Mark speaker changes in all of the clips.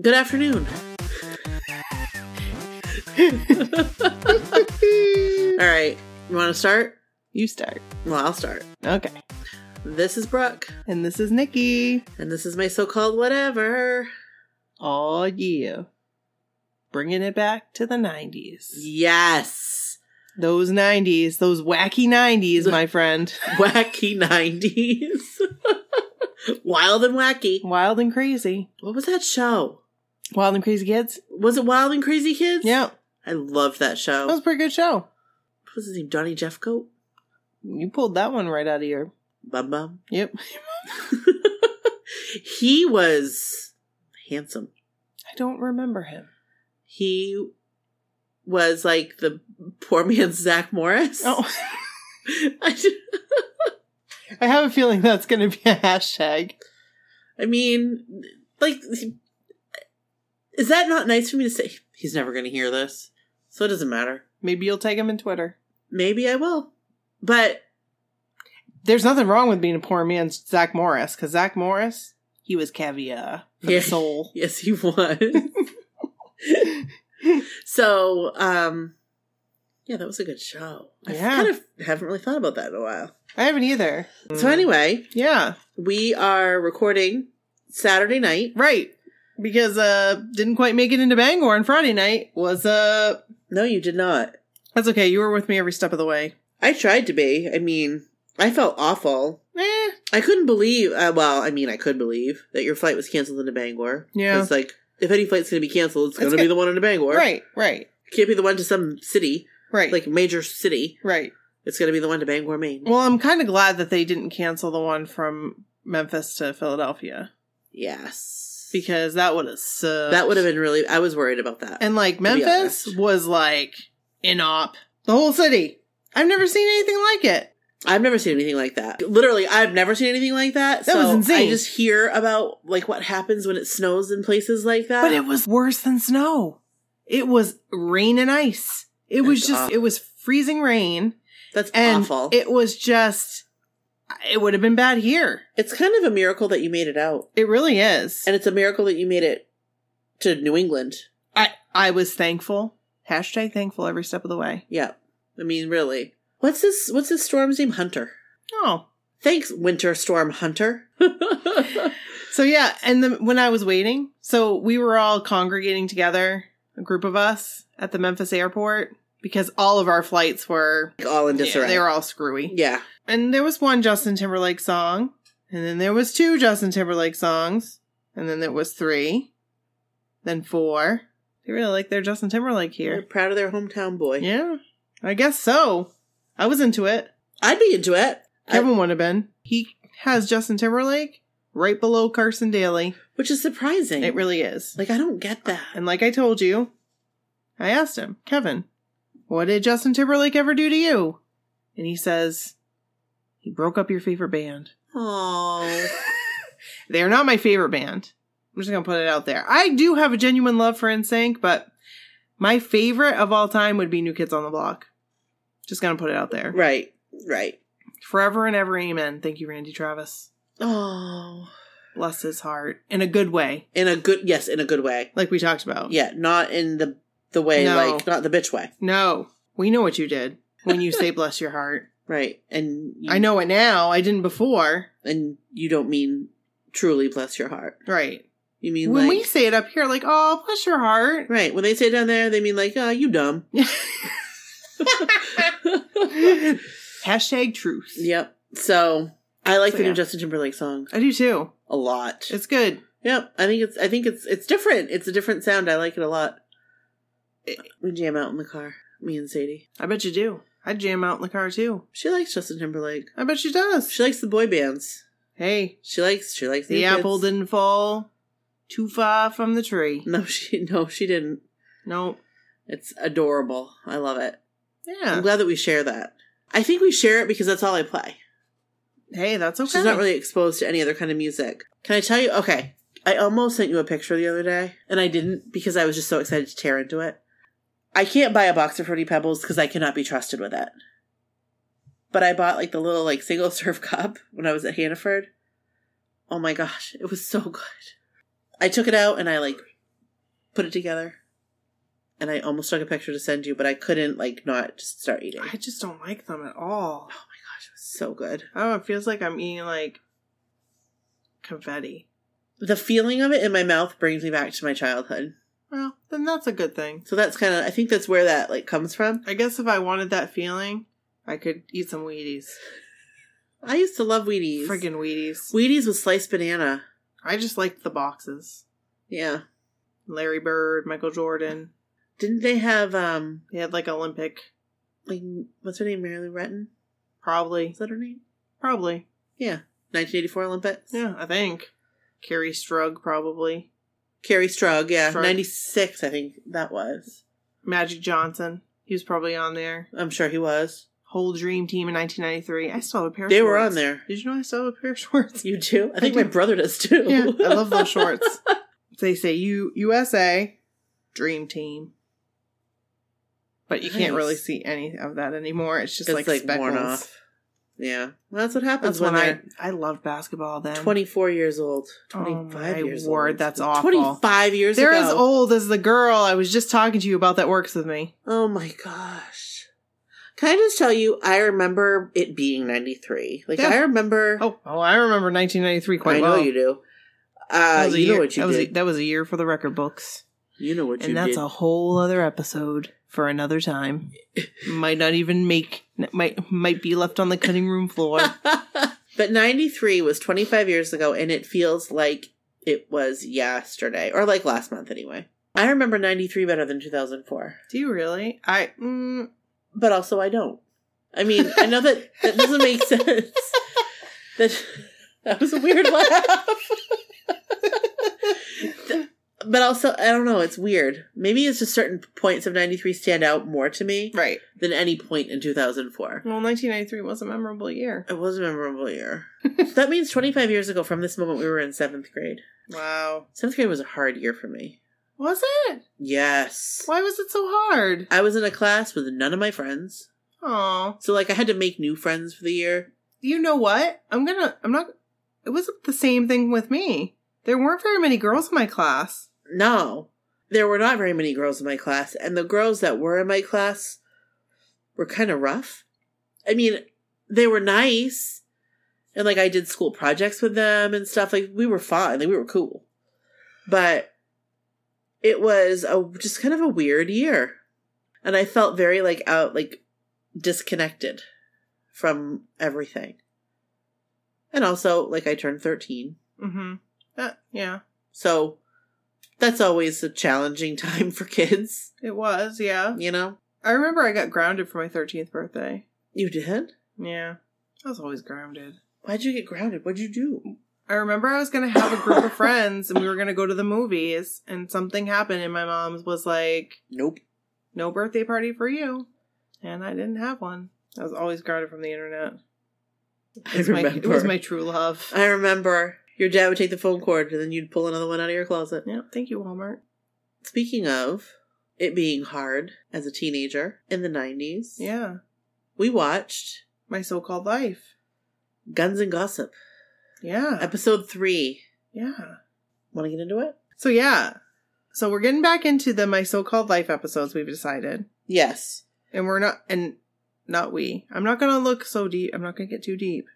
Speaker 1: Good afternoon. All right. You want to start?
Speaker 2: You start.
Speaker 1: Well, I'll start.
Speaker 2: Okay.
Speaker 1: This is Brooke,
Speaker 2: And this is Nikki.
Speaker 1: and this is my so called whatever.
Speaker 2: All yeah. Bringing it back to the 90s.
Speaker 1: Yes.
Speaker 2: Those 90s, those wacky 90s, my friend.
Speaker 1: Wacky 90s. Wild and wacky.
Speaker 2: Wild and crazy.
Speaker 1: What was that show?
Speaker 2: Wild and Crazy Kids?
Speaker 1: Was it Wild and Crazy Kids?
Speaker 2: Yeah.
Speaker 1: I loved that show.
Speaker 2: That was a pretty good show.
Speaker 1: What was his name? Johnny Jeffcoat?
Speaker 2: You pulled that one right out of your.
Speaker 1: Bum Bum.
Speaker 2: Yep.
Speaker 1: he was handsome.
Speaker 2: I don't remember him.
Speaker 1: He was like the poor man's Zach Morris.
Speaker 2: Oh,
Speaker 1: I, ju-
Speaker 2: I have a feeling that's going to be a hashtag.
Speaker 1: I mean, like, is that not nice for me to say? He's never going to hear this, so it doesn't matter.
Speaker 2: Maybe you'll tag him in Twitter.
Speaker 1: Maybe I will, but
Speaker 2: There's nothing wrong with being a poor man's Zach Morris, because Zach Morris, he was caviar for
Speaker 1: Yeah.
Speaker 2: the soul.
Speaker 1: yes, he was. so, um, yeah, that was a good show.
Speaker 2: Yeah.
Speaker 1: I kind of haven't really thought about that in a while.
Speaker 2: I haven't either.
Speaker 1: So anyway,
Speaker 2: Yeah,
Speaker 1: we are recording Saturday night.
Speaker 2: right. Because uh didn't quite make it into Bangor on Friday night was uh
Speaker 1: No, you did not.
Speaker 2: that's okay, you were with me every step of the way.
Speaker 1: I tried to be. I mean, I felt awful.
Speaker 2: Eh.
Speaker 1: I couldn't believe. Uh, well, I mean, I could believe that your flight was canceled into Bangor.
Speaker 2: Yeah.
Speaker 1: it's like if any flight's going to be canceled, it's
Speaker 2: It's
Speaker 1: going to be
Speaker 2: good.
Speaker 1: the one into Bangor.
Speaker 2: Right, right,
Speaker 1: can't be the one to some city,
Speaker 2: right.
Speaker 1: like major city.
Speaker 2: right.
Speaker 1: It's going to be the one to Bangor, Maine.
Speaker 2: Well, I'm kinda glad that they didn't cancel the one from Memphis to Philadelphia.
Speaker 1: yes,
Speaker 2: Because that would have sucked.
Speaker 1: that would have been really. I was worried about that.
Speaker 2: And like
Speaker 1: be
Speaker 2: Memphis
Speaker 1: honest.
Speaker 2: was like in op. The whole city. I've never seen anything like it.
Speaker 1: I've never seen anything like that. Literally, I've never seen anything like that.
Speaker 2: That
Speaker 1: so
Speaker 2: was insane.
Speaker 1: I just hear about like what happens when it snows in places like that.
Speaker 2: But it was worse than snow. It was rain and ice. It was
Speaker 1: That's
Speaker 2: just
Speaker 1: awful.
Speaker 2: it was freezing rain
Speaker 1: that's
Speaker 2: and
Speaker 1: awful.
Speaker 2: it was just it would have been bad here.
Speaker 1: it's kind of a miracle that you made it out,
Speaker 2: It really is.
Speaker 1: and it's a miracle that you made it to New England.
Speaker 2: I I was thankful. Hashtag thankful every step of the way.
Speaker 1: Yeah, I mean, really. What's this? What's this storm's name? Hunter.
Speaker 2: Oh.
Speaker 1: Thanks, Winter Storm Hunter.
Speaker 2: So yeah, and then when I was waiting, so we were all congregating together, a group of us at the Memphis airport because all of our flights were
Speaker 1: All in
Speaker 2: yeah,
Speaker 1: disarray.
Speaker 2: they were all screwy.
Speaker 1: yeah,
Speaker 2: And there was one Justin Timberlake song, and then there was two Justin Timberlake songs, and then there was three, then four. They really like their Justin Timberlake
Speaker 1: they're
Speaker 2: here.
Speaker 1: proud of their hometown boy.
Speaker 2: Yeah, I guess so. I was into it.
Speaker 1: I'd be into it. I-
Speaker 2: Kevin would have been. He has Justin Timberlake right below Carson Daly.
Speaker 1: which is surprising.
Speaker 2: It really is.
Speaker 1: like I don't get that.
Speaker 2: And like I told you, I asked him, Kevin, what did Justin Timberlake ever do to you? And he says, he broke up your favorite band.
Speaker 1: Oh,
Speaker 2: They're not my favorite band. I'm just gonna put it out there. I do have a genuine love for NSYNC, but my favorite of all time would be New Kids on the Block. Just gonna put it out there.
Speaker 1: right, right.
Speaker 2: Forever and ever, amen. Thank you, Randy Travis.
Speaker 1: Oh,
Speaker 2: Bless his heart in a good way,
Speaker 1: in a good yes, in a good way.
Speaker 2: like we talked about.
Speaker 1: Yeah, not in the the way
Speaker 2: No.
Speaker 1: like not the bitch way.
Speaker 2: No, we know what you did when you say "bless your heart."
Speaker 1: Right, and you,
Speaker 2: I know it now. I didn't before.
Speaker 1: and you don't mean truly bless your heart.
Speaker 2: Right.
Speaker 1: You mean
Speaker 2: when
Speaker 1: like
Speaker 2: we say it up here, like, oh, bless your heart.
Speaker 1: right when they say down there, they mean like oh, you dumb.
Speaker 2: Hashtag truth.
Speaker 1: yep. So I like
Speaker 2: So,
Speaker 1: the
Speaker 2: yeah.
Speaker 1: new Justin Timberlake song
Speaker 2: I do too.
Speaker 1: a lot.
Speaker 2: It's good.
Speaker 1: yep. I think it's I think it's it's different. It's a different sound. I like it a lot. We jam out in the car. Me and Sadie.
Speaker 2: I bet you do. I jam out in the car too.
Speaker 1: She likes Justin Timberlake.
Speaker 2: I bet she does.
Speaker 1: She likes the boy bands.
Speaker 2: Hey,
Speaker 1: She likes she likes
Speaker 2: the
Speaker 1: New
Speaker 2: apple
Speaker 1: Kids.
Speaker 2: didn't fall too far from the tree.
Speaker 1: No, she no, she didn't.
Speaker 2: No.
Speaker 1: It's adorable. I love it. I'm
Speaker 2: Yeah.
Speaker 1: glad that we share that. I think we share it because that's all I play.
Speaker 2: Hey, that's okay.
Speaker 1: She's not really exposed to any other kind of music. Can I tell you? Okay. I almost sent you a picture the other day, and I didn't because I was just so excited to tear into it. I can't buy a box of Fruity Pebbles because I cannot be trusted with it. But I bought like the little like single serve cup when I was at Hannaford. Oh my gosh, it was so good. I took it out and I like put it together. And I almost took a picture to send you, but I couldn't like not just start eating.
Speaker 2: I just don't like them at all.
Speaker 1: Gosh, it was so good.
Speaker 2: Oh, it feels like I'm eating like confetti.
Speaker 1: The feeling of it in my mouth brings me back to my childhood.
Speaker 2: Well, then that's a good thing.
Speaker 1: So that's kind of I think that's where that like comes from.
Speaker 2: I guess if I wanted that feeling, I could eat some Wheaties.
Speaker 1: I used to love Wheaties.
Speaker 2: Friggin' Wheaties.
Speaker 1: Wheaties with sliced banana.
Speaker 2: I just liked the boxes.
Speaker 1: Yeah.
Speaker 2: Larry Bird, Michael Jordan.
Speaker 1: Didn't they have um
Speaker 2: They had like Olympic,
Speaker 1: like what's her name? Marilyn Retton?
Speaker 2: probably,
Speaker 1: Is that her name?
Speaker 2: probably.
Speaker 1: Yeah. Nineteen eighty four Olympics.
Speaker 2: Yeah, I think. Carrie Strug, probably.
Speaker 1: Carrie Strug, yeah.
Speaker 2: Strug.
Speaker 1: Ninety six, I think that was.
Speaker 2: Magic Johnson. He was probably on there.
Speaker 1: I'm sure he was.
Speaker 2: Whole Dream Team in 1993. I still have a pair. of
Speaker 1: They were
Speaker 2: shorts.
Speaker 1: on there.
Speaker 2: Did you know I still have a pair of shorts?
Speaker 1: You too? I think my
Speaker 2: do.
Speaker 1: brother does too.
Speaker 2: yeah, I love those shorts. They say U USA Dream Team, but you can't
Speaker 1: Nice.
Speaker 2: really see any of that anymore. It's just
Speaker 1: It's
Speaker 2: like,
Speaker 1: like
Speaker 2: speckles.
Speaker 1: worn off. Yeah. Well, that's what
Speaker 2: That's
Speaker 1: happens
Speaker 2: when
Speaker 1: when
Speaker 2: I
Speaker 1: they're
Speaker 2: I loved basketball then.
Speaker 1: 24 years old.
Speaker 2: Oh
Speaker 1: 25
Speaker 2: my
Speaker 1: years
Speaker 2: word,
Speaker 1: old.
Speaker 2: that's awful.
Speaker 1: 25 years
Speaker 2: They're
Speaker 1: ago.
Speaker 2: as old as the girl I was just talking to you about that works with me.
Speaker 1: Oh my gosh. Can I just tell you, I remember it being 93. Like,
Speaker 2: Yeah.
Speaker 1: I remember.
Speaker 2: Oh, oh, I remember 1993 quite
Speaker 1: I know
Speaker 2: well.
Speaker 1: you do.
Speaker 2: That
Speaker 1: Uh,
Speaker 2: was a
Speaker 1: you
Speaker 2: year-
Speaker 1: know what you
Speaker 2: that was a-
Speaker 1: did.
Speaker 2: that was a year for the record books.
Speaker 1: you know what you
Speaker 2: and that's
Speaker 1: did.
Speaker 2: a whole other episode for another time. might not even make might might be left on the cutting room floor.
Speaker 1: but 93 was 25 years ago, and it feels like it was yesterday, or like last month anyway. I remember 93 better than 2004.
Speaker 2: Do you really? I mm,
Speaker 1: but also I don't. I mean, I know that that doesn't make sense. That that was a weird laugh. but also, I don't know. It's weird. Maybe it's just certain points of '93 stand out more to me
Speaker 2: right.
Speaker 1: than any point in 2004.
Speaker 2: Well, 1993 was a memorable year.
Speaker 1: It was a memorable year. that means 25 years ago from this moment, we were in seventh grade.
Speaker 2: Wow.
Speaker 1: Seventh grade was a hard year for me.
Speaker 2: Was it?
Speaker 1: Yes.
Speaker 2: Why was it so hard?
Speaker 1: I was in a class with none of my friends.
Speaker 2: Oh,
Speaker 1: So, like, I had to make new friends for the year.
Speaker 2: you know what? I'm gonna. I'm not. It was the same thing with me. There weren't very many girls in my class.
Speaker 1: No, there were not very many girls in my class, and the girls that were in my class were kind of rough. I mean, they were nice, and like I did school projects with them and stuff. Like we were fine, like we were cool, but it was a just kind of a weird year, and I felt very like out, like disconnected from everything. And also, like I turned thirteen,
Speaker 2: Mm-hmm. That, yeah,
Speaker 1: so that's always a challenging time for kids,
Speaker 2: it was. Yeah,
Speaker 1: you know?
Speaker 2: I remember I got grounded for my 13th birthday.
Speaker 1: You did?
Speaker 2: Yeah, I was always grounded.
Speaker 1: Why'd you get grounded? What'd you do?
Speaker 2: I remember I was gonna have a group of friends and we were gonna go to the movies and something happened and my mom's was like,
Speaker 1: Nope.
Speaker 2: No birthday party for you and I didn't have one. I was always grounded from the internet.
Speaker 1: I
Speaker 2: It's my,
Speaker 1: remember.
Speaker 2: it was my true love.
Speaker 1: I remember your dad would take the phone cord and then you'd pull another one out of your closet.
Speaker 2: yeah, thank you, Walmart.
Speaker 1: Speaking of it being hard as a teenager in the 90s,
Speaker 2: Yeah.
Speaker 1: we watched
Speaker 2: My so called life.
Speaker 1: Guns and Gossip,
Speaker 2: Yeah.
Speaker 1: episode three.
Speaker 2: Yeah.
Speaker 1: Want to get into it?
Speaker 2: So yeah. So we're getting back into the my so called life episodes we've decided.
Speaker 1: Yes.
Speaker 2: And we're not and not we. I'm not gonna look so deep I'm not gonna get too deep.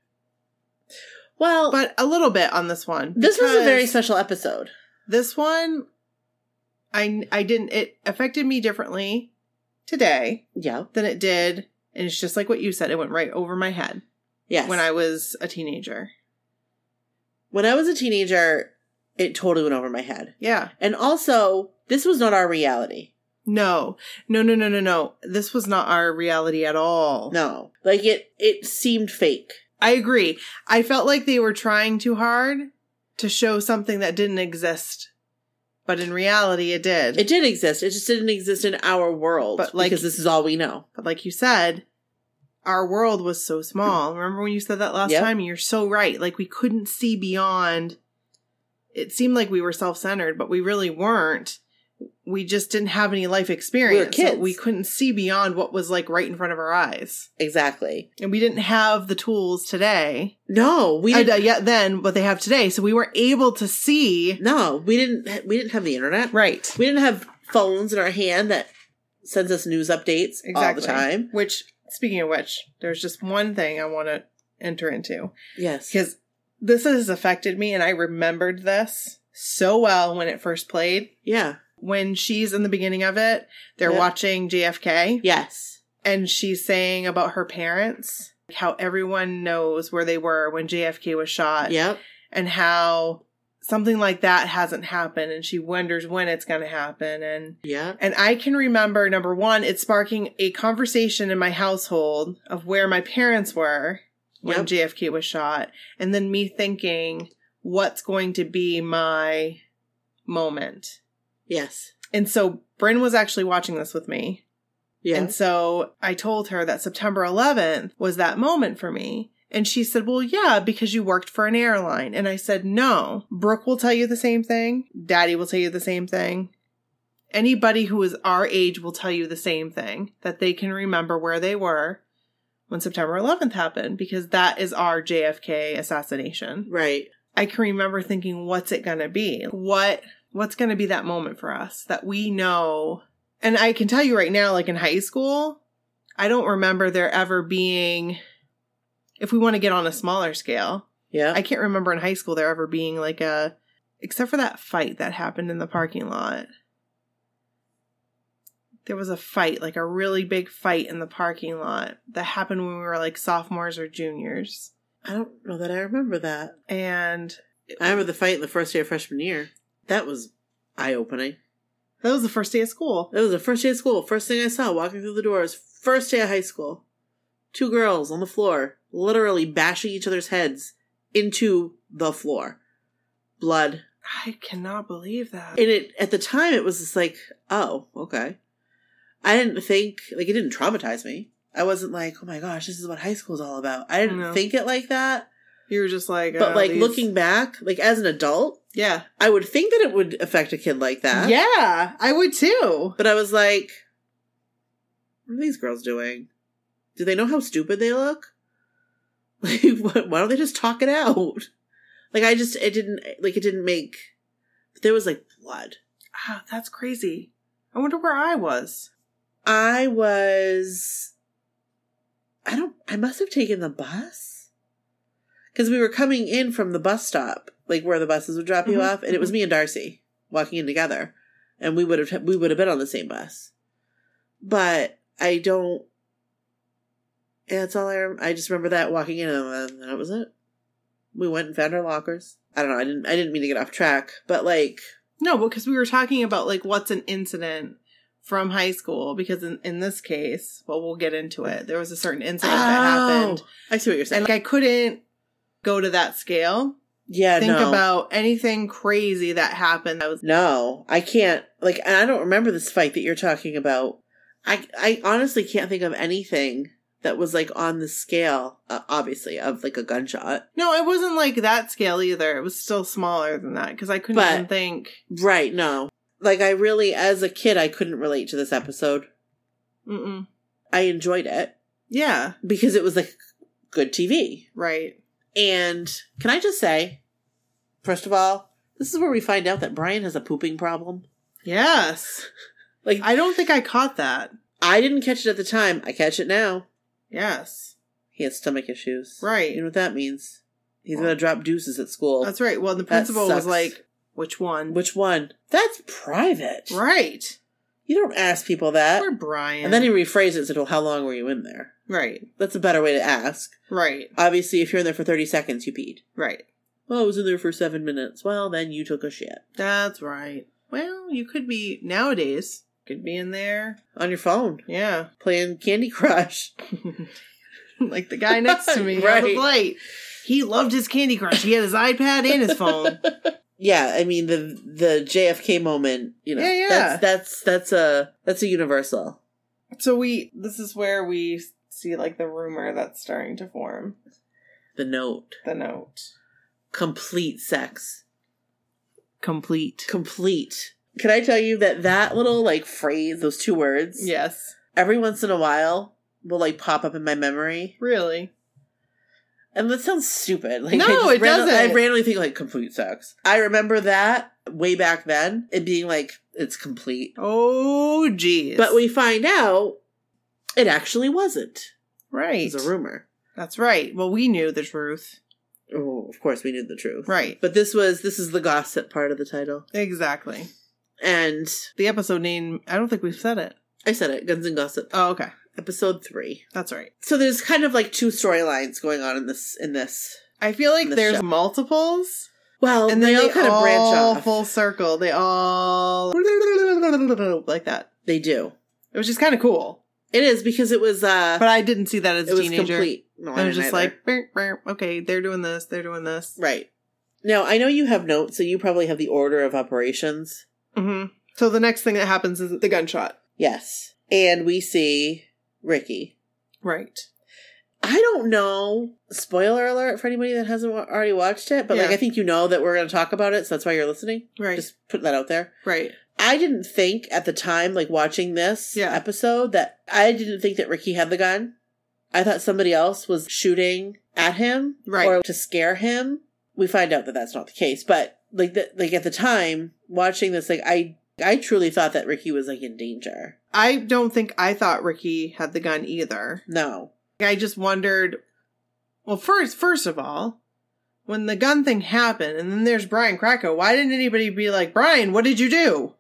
Speaker 1: Well,
Speaker 2: But a little bit on this one.
Speaker 1: this was a
Speaker 2: because-
Speaker 1: very special episode.
Speaker 2: This one, I I didn't. It affected me differently today
Speaker 1: Yeah.
Speaker 2: than it did, and it's just like what you said. It went right over my head
Speaker 1: Yes.
Speaker 2: when I was a teenager.
Speaker 1: when I was a teenager, it totally went over my head.
Speaker 2: Yeah.
Speaker 1: And also, this was not our reality.
Speaker 2: No. No. No. No. No. No. This was not our reality at all.
Speaker 1: No. Like it it seemed fake.
Speaker 2: I agree. I felt like they were trying too hard to show something that didn't exist, but in reality, it did.
Speaker 1: It did exist. It just didn't exist in our world
Speaker 2: But, like-
Speaker 1: because this is all we know.
Speaker 2: But like you said, our world was so small. Remember when you said that last
Speaker 1: Yep.
Speaker 2: time? You're so right. Like we couldn't see beyond. It seemed like we were self centered, but we really weren't. we just didn't have any life experience. so
Speaker 1: kids.
Speaker 2: we couldn't see beyond what was like right in front of our eyes.
Speaker 1: Exactly.
Speaker 2: And we didn't have the tools today.
Speaker 1: No, we
Speaker 2: We
Speaker 1: didn't,
Speaker 2: yet then what they have today. So we were able to see.
Speaker 1: no, we didn't we didn't have the internet.
Speaker 2: Right.
Speaker 1: We didn't have phones in our hand that sends us news updates all the time.
Speaker 2: Which, speaking of which, there's just one thing I want to enter into.
Speaker 1: Yes.
Speaker 2: because this has affected me and I remembered this so well when it first played.
Speaker 1: Yeah.
Speaker 2: When she's in the beginning of it, they're
Speaker 1: Yeah.
Speaker 2: watching JFK
Speaker 1: Yes.
Speaker 2: and she's saying about her parents, like how everyone knows where they were when JFK was shot
Speaker 1: Yep.
Speaker 2: and how something like that hasn't happened and she wonders when it's going to happen and
Speaker 1: Yep.
Speaker 2: and I can remember number 1 it's sparking a conversation in my household of where my parents were when
Speaker 1: Yep.
Speaker 2: JFK was shot, and then me thinking, what's going to be my moment?
Speaker 1: Yes.
Speaker 2: And so Bryn was actually watching this with me.
Speaker 1: Yeah.
Speaker 2: And so I told her that September 11th was that moment for me. And she said, Well, yeah, because you worked for an airline. And I said, No, Brooke will tell you the same thing. Daddy will tell you the same thing. Anybody who is our age will tell you the same thing that they can remember where they were when September 11th happened because that is our JFK assassination.
Speaker 1: right.
Speaker 2: I can remember thinking, what's it gonna be? What what's gonna be that moment for us that we know? And I can tell you right now, like in high school, I don't remember there ever being if we want to get on a smaller scale,
Speaker 1: Yeah.
Speaker 2: I can't remember in high school there ever being like a except for that fight that happened in the parking lot. There was a fight, like a really big fight in the parking lot that happened when we were like sophomores or juniors.
Speaker 1: I don't know that I remember that.
Speaker 2: And
Speaker 1: I remember the fight in the first day of freshman year. That was eye opening.
Speaker 2: that was the first day of school.
Speaker 1: That was the first day of school. First thing I saw walking through the doors. First day of high school. Two girls on the floor, literally bashing each other's heads into the floor. Blood.
Speaker 2: I cannot believe that.
Speaker 1: And it at the time it was just like, oh, okay. I didn't think like it didn't traumatize me. I wasn't like, oh my gosh, this is what high school is all about. I didn't
Speaker 2: No.
Speaker 1: think it like that.
Speaker 2: you were just like,
Speaker 1: but
Speaker 2: uh,
Speaker 1: like
Speaker 2: these-
Speaker 1: looking back, like as an adult,
Speaker 2: yeah,
Speaker 1: I would think that it would affect a kid like that.
Speaker 2: yeah, I would too.
Speaker 1: But I was like, what are these girls doing? Do they know how stupid they look? Like, wh- why don't they just talk it out? Like, I just, it didn't, like, it didn't make, there was like blood.
Speaker 2: Ah, that's crazy. I wonder where I was.
Speaker 1: I was, I don't, I must have taken the bus. Cause we were coming in from the bus stop, like where the buses would drop you
Speaker 2: Mhm,
Speaker 1: off. And it was me and Darcy walking in together. And we would have, we would have been on the same bus. But I don't, yeah, that's all I, rem- I just remember that walking in and then that was it. We went and found our lockers. I don't know. I didn't, I didn't mean to get off track, but like,
Speaker 2: No, because we were talking about like what's an incident from high school. Because in, in this case, well, we'll get into it. There was a certain incident that happened,
Speaker 1: Oh, I see what you're saying.
Speaker 2: and like I couldn't go to that scale.
Speaker 1: yeah.
Speaker 2: Think
Speaker 1: no.
Speaker 2: about anything crazy that happened. That was
Speaker 1: No, I can't. Like, and I don't remember this fight that you're talking about. I, I honestly can't think of anything that was like on the scale, uh, obviously, of like a gunshot.
Speaker 2: no, it wasn't like that scale either. It was still smaller than that because I couldn't
Speaker 1: But-
Speaker 2: even think.
Speaker 1: Right? No. Like, I really, as a kid, I couldn't relate to this episode.
Speaker 2: Mm-mm.
Speaker 1: I enjoyed it
Speaker 2: Yeah,
Speaker 1: because it was like good TV.
Speaker 2: right.
Speaker 1: And can I just say, first of all, this is where we find out that Brian has a pooping problem.
Speaker 2: Yes.
Speaker 1: Like, I,
Speaker 2: I don't think I caught that.
Speaker 1: I didn't catch it at the time. I catch it now.
Speaker 2: Yes.
Speaker 1: He has stomach issues.
Speaker 2: Right.
Speaker 1: You know what that means? He's gonna drop deuces at school.
Speaker 2: That's right. Well, the
Speaker 1: That
Speaker 2: principal was
Speaker 1: sucks.
Speaker 2: like, which one?
Speaker 1: Which one? That's private.
Speaker 2: Right.
Speaker 1: You don't ask people that.
Speaker 2: Or Brian.
Speaker 1: Uh, And then he rephrases it to how long were you in there?
Speaker 2: right.
Speaker 1: That's a better way to ask.
Speaker 2: Right.
Speaker 1: Obviously, if you're in there for 30 seconds, you peed.
Speaker 2: Right.
Speaker 1: Well, I was in there for seven minutes. Well, then you took a shit.
Speaker 2: That's right. Well, you could be nowadays. Could be in there.
Speaker 1: On your phone,
Speaker 2: Yeah.
Speaker 1: playing Candy Crush.
Speaker 2: like the guy next to me on
Speaker 1: Right.
Speaker 2: the plate. He loved his Candy Crush. He had his iPad and his phone.
Speaker 1: Yeah, I mean the the JFK moment, you know.
Speaker 2: Yeah, yeah.
Speaker 1: That's that's that's a that's a universal.
Speaker 2: so we this is where we see like the rumor that's starting to form.
Speaker 1: The note.
Speaker 2: The note.
Speaker 1: Complete sex.
Speaker 2: Complete.
Speaker 1: Complete. Can I tell you that that little like phrase, those two words,
Speaker 2: Yes.
Speaker 1: every once in a while will like pop up in my memory.
Speaker 2: Really?
Speaker 1: And that sounds stupid. Like
Speaker 2: No,
Speaker 1: I just
Speaker 2: it
Speaker 1: random-
Speaker 2: doesn't.
Speaker 1: I randomly think like complete sucks. I remember that way back then, it being like it's complete.
Speaker 2: Oh, geez.
Speaker 1: But we find out it actually wasn't.
Speaker 2: Right.
Speaker 1: It's a rumor.
Speaker 2: That's right. Well, we knew the truth.
Speaker 1: Oh, of course we knew the truth.
Speaker 2: Right.
Speaker 1: But this was this is the gossip part of the title.
Speaker 2: Exactly.
Speaker 1: And
Speaker 2: The episode name, I don't think we've said it.
Speaker 1: I said it, Guns and Gossip,
Speaker 2: Oh, okay.
Speaker 1: episode 3.
Speaker 2: That's right.
Speaker 1: So there's kind of like two storylines going on in this in this.
Speaker 2: I feel like
Speaker 1: The
Speaker 2: there's
Speaker 1: show.
Speaker 2: multiples,
Speaker 1: Well,
Speaker 2: and then
Speaker 1: they all kind of branch
Speaker 2: all
Speaker 1: off.
Speaker 2: full circle. They all like that.
Speaker 1: they do.
Speaker 2: It was just kind of cool,
Speaker 1: It is because it was uh
Speaker 2: but I didn't see that as
Speaker 1: it
Speaker 2: a
Speaker 1: was
Speaker 2: teenager.
Speaker 1: complete. No,
Speaker 2: I
Speaker 1: didn't
Speaker 2: was just
Speaker 1: either.
Speaker 2: like, "Burr, burr, okay, they're doing this, they're doing this.
Speaker 1: Right. Now, I know you have notes, so you probably have the order of operations.
Speaker 2: hmm So the next thing that happens is the gunshot.
Speaker 1: Yes. And we see Ricky.
Speaker 2: Right.
Speaker 1: I don't know. Spoiler alert for anybody that hasn't wa- already watched it, but like
Speaker 2: Yeah.
Speaker 1: I think you know that we're going to talk about it, so that's why you're listening.
Speaker 2: Right.
Speaker 1: Just put that out there.
Speaker 2: right.
Speaker 1: I didn't think at the time, like watching this
Speaker 2: Yeah.
Speaker 1: episode, that I didn't think that Ricky had the gun. I thought somebody else was shooting at him,
Speaker 2: Right.
Speaker 1: or to scare him. We find out that that's not the case, but like the, like at the time watching this, like I I truly thought that Ricky was like in danger.
Speaker 2: I don't think I thought Ricky had the gun either.
Speaker 1: No,
Speaker 2: I just wondered. Well, first, first of all, when the gun thing happened, and then there's Brian Krakow. Why didn't anybody be like, Brian, what did you do?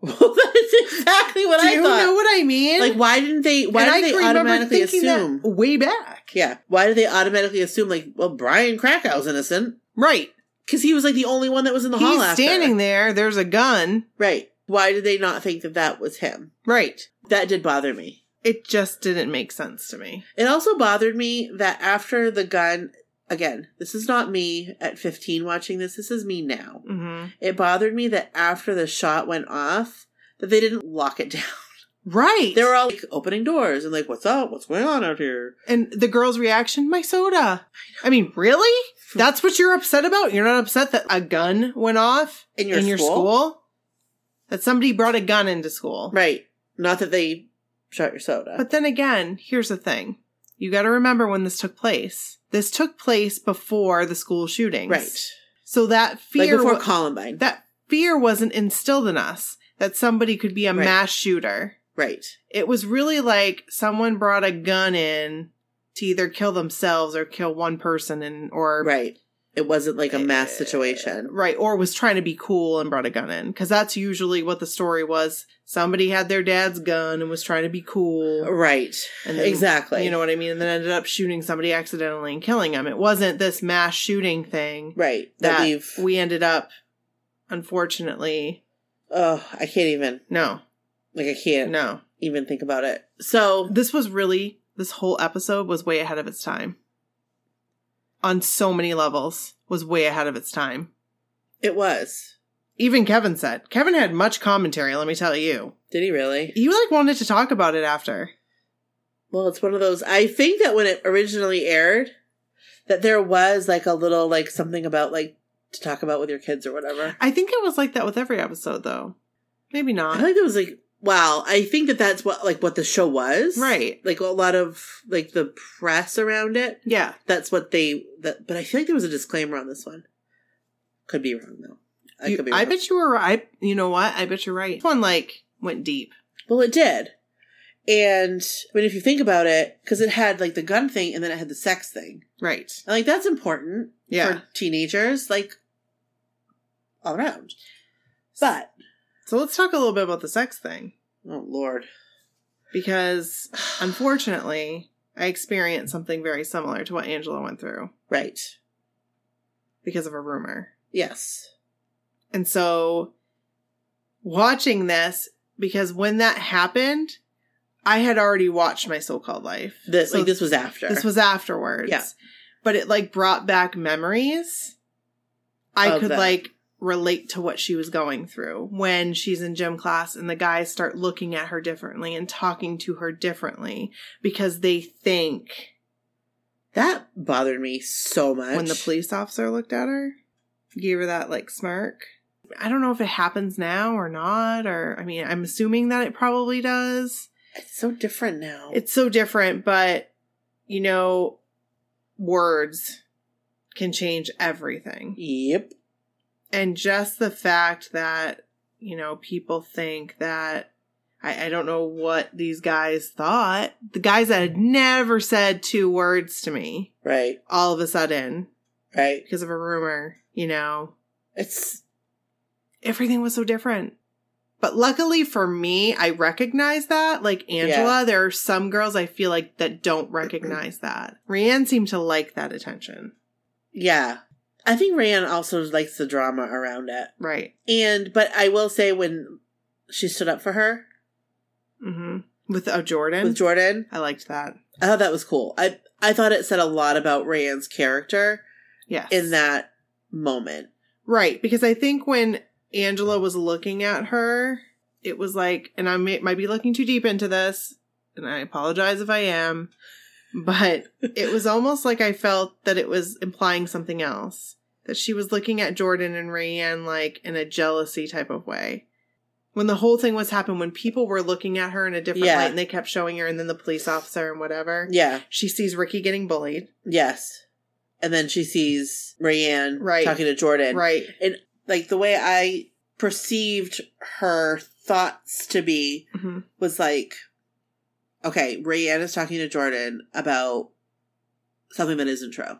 Speaker 1: well that's exactly what
Speaker 2: do
Speaker 1: I
Speaker 2: you
Speaker 1: thought.
Speaker 2: know what I mean?
Speaker 1: like why didn't they? Why
Speaker 2: And
Speaker 1: did
Speaker 2: I
Speaker 1: they
Speaker 2: remember
Speaker 1: automatically
Speaker 2: thinking that
Speaker 1: assume?
Speaker 2: way back?
Speaker 1: Yeah, why did they automatically assume like well Brian Krakow's innocent
Speaker 2: Right.
Speaker 1: because he was like the only one that was in the hall
Speaker 2: He's
Speaker 1: after.
Speaker 2: standing there. There's a gun.
Speaker 1: Right. Why did they not think that that was him?
Speaker 2: Right.
Speaker 1: That did bother me.
Speaker 2: It just didn't make sense to me.
Speaker 1: It also bothered me that after the gun, again, this is not me at 15 watching this, this is me now.
Speaker 2: hmm
Speaker 1: It bothered me that after the shot went off, that they didn't lock it down.
Speaker 2: Right.
Speaker 1: They were all like opening doors and like, what's up? What's going on out here?
Speaker 2: and the girl's reaction, my soda. I mean, really? That's what you're upset about? You're not upset that a gun went off
Speaker 1: In your,
Speaker 2: in your
Speaker 1: school?
Speaker 2: school? That somebody brought a gun into school.
Speaker 1: Right. Not that they shot your soda.
Speaker 2: But then again, here's the thing. You got to remember when this took place. This took place before the school shootings.
Speaker 1: right.
Speaker 2: So that
Speaker 1: Like
Speaker 2: fear
Speaker 1: before
Speaker 2: wa-
Speaker 1: Columbine.
Speaker 2: that fear wasn't instilled in us that somebody could be a
Speaker 1: Right.
Speaker 2: mass shooter.
Speaker 1: right.
Speaker 2: It was really like someone brought a gun in to either kill themselves or kill one person and or
Speaker 1: Right. It wasn't like a mass situation.
Speaker 2: Right, or was trying to be cool and brought a gun in cuz that's usually what the story was. Somebody had their dad's gun and was trying to be cool.
Speaker 1: Right.
Speaker 2: And then-
Speaker 1: Exactly.
Speaker 2: You know what I mean? And then ended up shooting somebody accidentally and killing him. It wasn't this mass shooting thing
Speaker 1: Right. That,
Speaker 2: that,
Speaker 1: we've.
Speaker 2: we ended up, unfortunately.
Speaker 1: Oh, I can't even.
Speaker 2: No,
Speaker 1: Like, I can't
Speaker 2: no.
Speaker 1: even think about it. So,
Speaker 2: This was really, this whole episode was way ahead of its time. On so many levels, was way ahead of its time.
Speaker 1: it was.
Speaker 2: Even Kevin said, Kevin had much commentary, let me tell you.
Speaker 1: Did he really?
Speaker 2: He like wanted to talk about it after.
Speaker 1: Well, it's one of those. I think that when it originally aired, that there was like a little, like, something about, like, to talk about with your kids or whatever.
Speaker 2: I think it was like that with every episode though. Maybe
Speaker 1: I
Speaker 2: not.
Speaker 1: think it was like, wow. I think that that's what, like, what the show was.
Speaker 2: Right.
Speaker 1: Like, a lot of, like, the press around it.
Speaker 2: Yeah.
Speaker 1: That's what they, that, but I feel like there was a disclaimer on this one. Could be wrong, though. I
Speaker 2: You-
Speaker 1: could be wrong.
Speaker 2: I bet you were right. You know what? I bet you're right. This one like went deep.
Speaker 1: Well, it did. And I mean, if you think about it, because it had like the gun thing and then it had the sex thing.
Speaker 2: Right.
Speaker 1: And like, that's important
Speaker 2: Yeah.
Speaker 1: for teenagers, like all around. But,
Speaker 2: So let's talk a little bit about the sex thing
Speaker 1: oh Lord.
Speaker 2: because unfortunately, I experienced something very similar to what Angela went through
Speaker 1: Right.
Speaker 2: because of a rumor.
Speaker 1: Yes.
Speaker 2: And so watching this because when that happened, I had already watched my so-called life.
Speaker 1: This,
Speaker 2: So
Speaker 1: like, this was after.
Speaker 2: This was afterwards.
Speaker 1: Yeah.
Speaker 2: But it like brought back memories. I
Speaker 1: Of
Speaker 2: could
Speaker 1: that.
Speaker 2: like relate to what she was going through when she's in gym class and the guys start looking at her differently and talking to her differently because they think
Speaker 1: that bothered me so much.
Speaker 2: when the police officer looked at her, gave her that like smirk. I don't know if it happens now or not, or I mean, I'm assuming that it probably does.
Speaker 1: It's so different now.
Speaker 2: It's so different, but you know, words can change everything.
Speaker 1: yep.
Speaker 2: And just the fact that, you know, people think that I, I don't know what these guys thought. The guys that had never said two words to me
Speaker 1: Right.
Speaker 2: all of a sudden
Speaker 1: Right.
Speaker 2: because of a rumor, you know,
Speaker 1: It's
Speaker 2: everything was so different. But luckily for me, I recognize that. Like Angela, there are some girls I feel like that don't recognize that. Rianne seemed to like that attention.
Speaker 1: yeah. I think Rayanne also likes the drama around it.
Speaker 2: Right.
Speaker 1: And but I will say when she stood up for her
Speaker 2: Mm-hmm. With oh, Jordan.
Speaker 1: with Jordan,
Speaker 2: I liked that.
Speaker 1: I thought that was cool. I I thought it said a lot about Rayanne's character
Speaker 2: Yes.
Speaker 1: in that moment.
Speaker 2: Right. Because I think when Angela was looking at her, it was like, and I may, might be looking too deep into this, and I apologize if I am, but it was almost like I felt that it was implying something else. That she was looking at Jordan and Rayanne like in a jealousy type of way. When the whole thing was happening, when people were looking at her in a different
Speaker 1: Yeah.
Speaker 2: light and they kept showing her, and then the police officer and whatever,
Speaker 1: Yeah.
Speaker 2: she sees Ricky getting bullied.
Speaker 1: Yes. And then she sees Rayanne
Speaker 2: Right.
Speaker 1: talking to Jordan.
Speaker 2: Right.
Speaker 1: Like the way I perceived her thoughts to be
Speaker 2: Mhm.
Speaker 1: was like, okay, Rayanne is talking to Jordan about something that isn't true.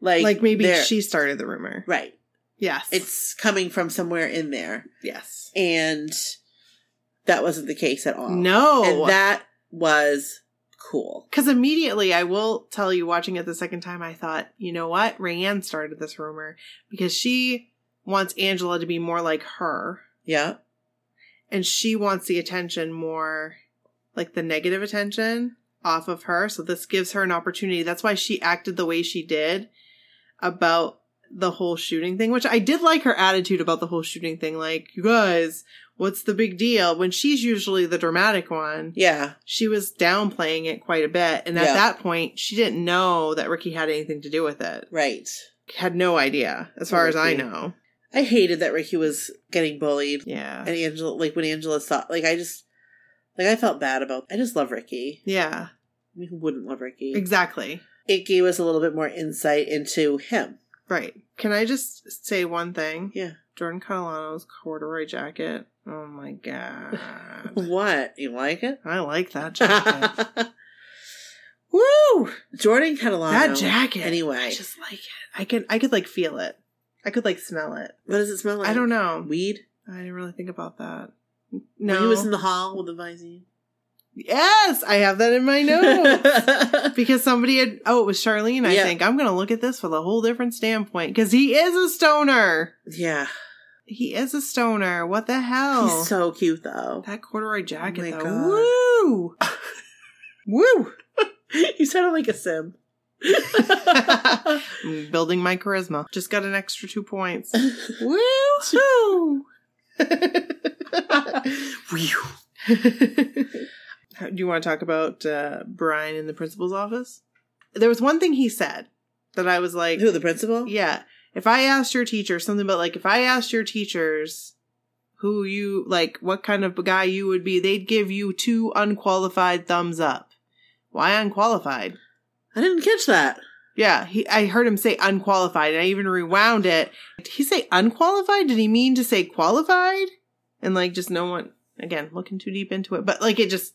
Speaker 1: Like,
Speaker 2: Like, maybe
Speaker 1: they're-
Speaker 2: she started the rumor.
Speaker 1: Right.
Speaker 2: Yes.
Speaker 1: It's coming from somewhere in there.
Speaker 2: yes.
Speaker 1: And that wasn't the case at all.
Speaker 2: No.
Speaker 1: And that was cool.
Speaker 2: because immediately, I will tell you, watching it the second time, I thought, you know what? Rayanne started this rumor because she wants Angela to be more like her
Speaker 1: Yeah.
Speaker 2: and she wants the attention more like the negative attention off of her. So this gives her an opportunity. That's why she acted the way she did about the whole shooting thing, which I did like her attitude about the whole shooting thing. Like, you guys, what's the big deal? When she's usually the dramatic one
Speaker 1: Yeah.
Speaker 2: she was downplaying it quite a bit. And at
Speaker 1: Yeah.
Speaker 2: that point, she didn't know that Ricky had anything to do with it.
Speaker 1: Right.
Speaker 2: Had no idea, as far as I
Speaker 1: Ricky.
Speaker 2: know.
Speaker 1: I hated that Ricky was getting bullied.
Speaker 2: Yeah.
Speaker 1: And Angela, like when Angela saw, like I just, like I felt bad about, I just love Ricky.
Speaker 2: Yeah,
Speaker 1: I mean, who wouldn't love Ricky?
Speaker 2: exactly.
Speaker 1: It gave us a little bit more insight into him.
Speaker 2: Right. Can I just say one thing?
Speaker 1: Yeah.
Speaker 2: Jordan Catalano's corduroy jacket. Oh my God.
Speaker 1: What? You like it?
Speaker 2: I like that jacket.
Speaker 1: Woo! Jordan Catalano.
Speaker 2: that jacket. I
Speaker 1: Anyway,
Speaker 2: just like it. I can, I could like feel it. I could like smell it.
Speaker 1: what does it smell like?
Speaker 2: I don't know.
Speaker 1: Weed.
Speaker 2: I didn't really think about that.
Speaker 1: No.
Speaker 2: No.
Speaker 1: he was in the hall with the Visine.
Speaker 2: yes, I have that in my notes.
Speaker 1: No.
Speaker 2: because somebody had oh it was charlene i
Speaker 1: Yeah.
Speaker 2: think i'm gonna look at this with a whole different standpoint because he is a stoner
Speaker 1: yeah.
Speaker 2: he is a stoner what the hell
Speaker 1: He's so cute though.
Speaker 2: that corduroy
Speaker 1: my
Speaker 2: jacket though
Speaker 1: God.
Speaker 2: woo woo
Speaker 1: you sounded like a sim.
Speaker 2: I'm building my charisma just got an extra two points woo
Speaker 1: Whew.
Speaker 2: do you want to talk about uh, brian in the principal's office there was one thing he said that i was like
Speaker 1: Who the principal?
Speaker 2: Yeah. If I asked your teacher something about like if I asked your teachers who you like what kind of guy you would be, they'd give you two unqualified thumbs up. Why unqualified?
Speaker 1: I didn't catch that.
Speaker 2: Yeah, he I heard him say unqualified and I even rewound it. Did he say unqualified? Did he mean to say qualified? And like just no one again, looking too deep into it. But like it just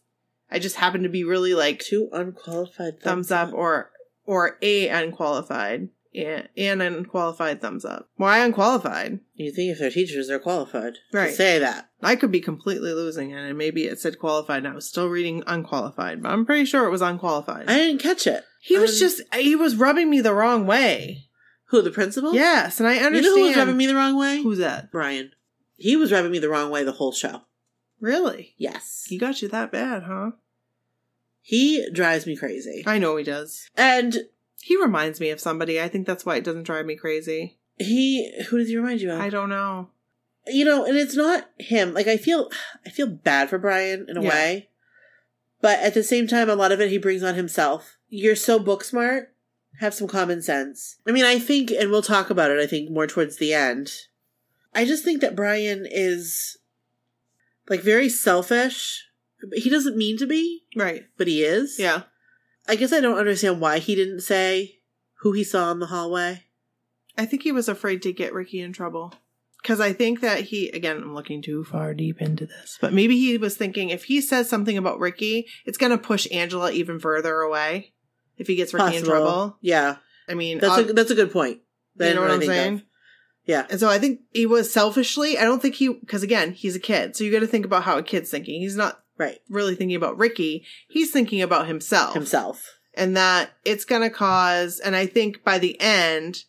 Speaker 2: I just happened to be really like
Speaker 1: Two unqualified
Speaker 2: thumbs up or or a unqualified and an unqualified thumbs up. Why unqualified?
Speaker 1: You think if they're teachers, they're qualified.
Speaker 2: Right.
Speaker 1: To say that.
Speaker 2: I could be completely losing it, and maybe it said qualified, and I was still reading unqualified, but I'm pretty sure it was unqualified.
Speaker 1: I didn't catch it.
Speaker 2: he was
Speaker 1: um,
Speaker 2: just he was rubbing me the wrong way.
Speaker 1: Who the principal?
Speaker 2: Yes, and I
Speaker 1: You
Speaker 2: understand.
Speaker 1: know who was rubbing me the wrong way?
Speaker 2: Who's that?
Speaker 1: Brian. He was rubbing me the wrong way the whole show.
Speaker 2: Really?
Speaker 1: Yes.
Speaker 2: He got you that bad, huh?
Speaker 1: He drives me crazy.
Speaker 2: I know he does.
Speaker 1: And
Speaker 2: He reminds me of somebody. I think that's why it doesn't drive me crazy.
Speaker 1: he who does he remind you of?
Speaker 2: I don't know.
Speaker 1: you know, and it's not him. Like I feel I feel bad for Brian in a
Speaker 2: Yeah.
Speaker 1: way. But at the same time, a lot of it he brings on himself. You're so book smart. Have some common sense. I mean, I think, and we'll talk about it, I think, more towards the end. I just think that Brian is like very selfish. He doesn't mean to be,
Speaker 2: Right.
Speaker 1: but he is.
Speaker 2: Yeah.
Speaker 1: I guess I don't understand why he didn't say who he saw in the hallway.
Speaker 2: I think he was afraid to get Ricky in trouble. Because I think that he, again, I'm looking too far deep into this, but maybe he was thinking if he says something about Ricky, it's going to push Angela even further away if he gets Ricky in
Speaker 1: Possible.
Speaker 2: trouble.
Speaker 1: Yeah,
Speaker 2: I mean,
Speaker 1: that's
Speaker 2: ob-
Speaker 1: a that's a good point. That I
Speaker 2: you know
Speaker 1: didn't
Speaker 2: what I'm
Speaker 1: really think of.
Speaker 2: saying?
Speaker 1: Yeah.
Speaker 2: And so I think he was selfishly, I don't think he, because again, he's a kid. So you got to think about how a kid's thinking. He's not
Speaker 1: Right,
Speaker 2: really thinking about Ricky, he's thinking about himself.
Speaker 1: himself.
Speaker 2: and that it's going to cause, and I think by the end,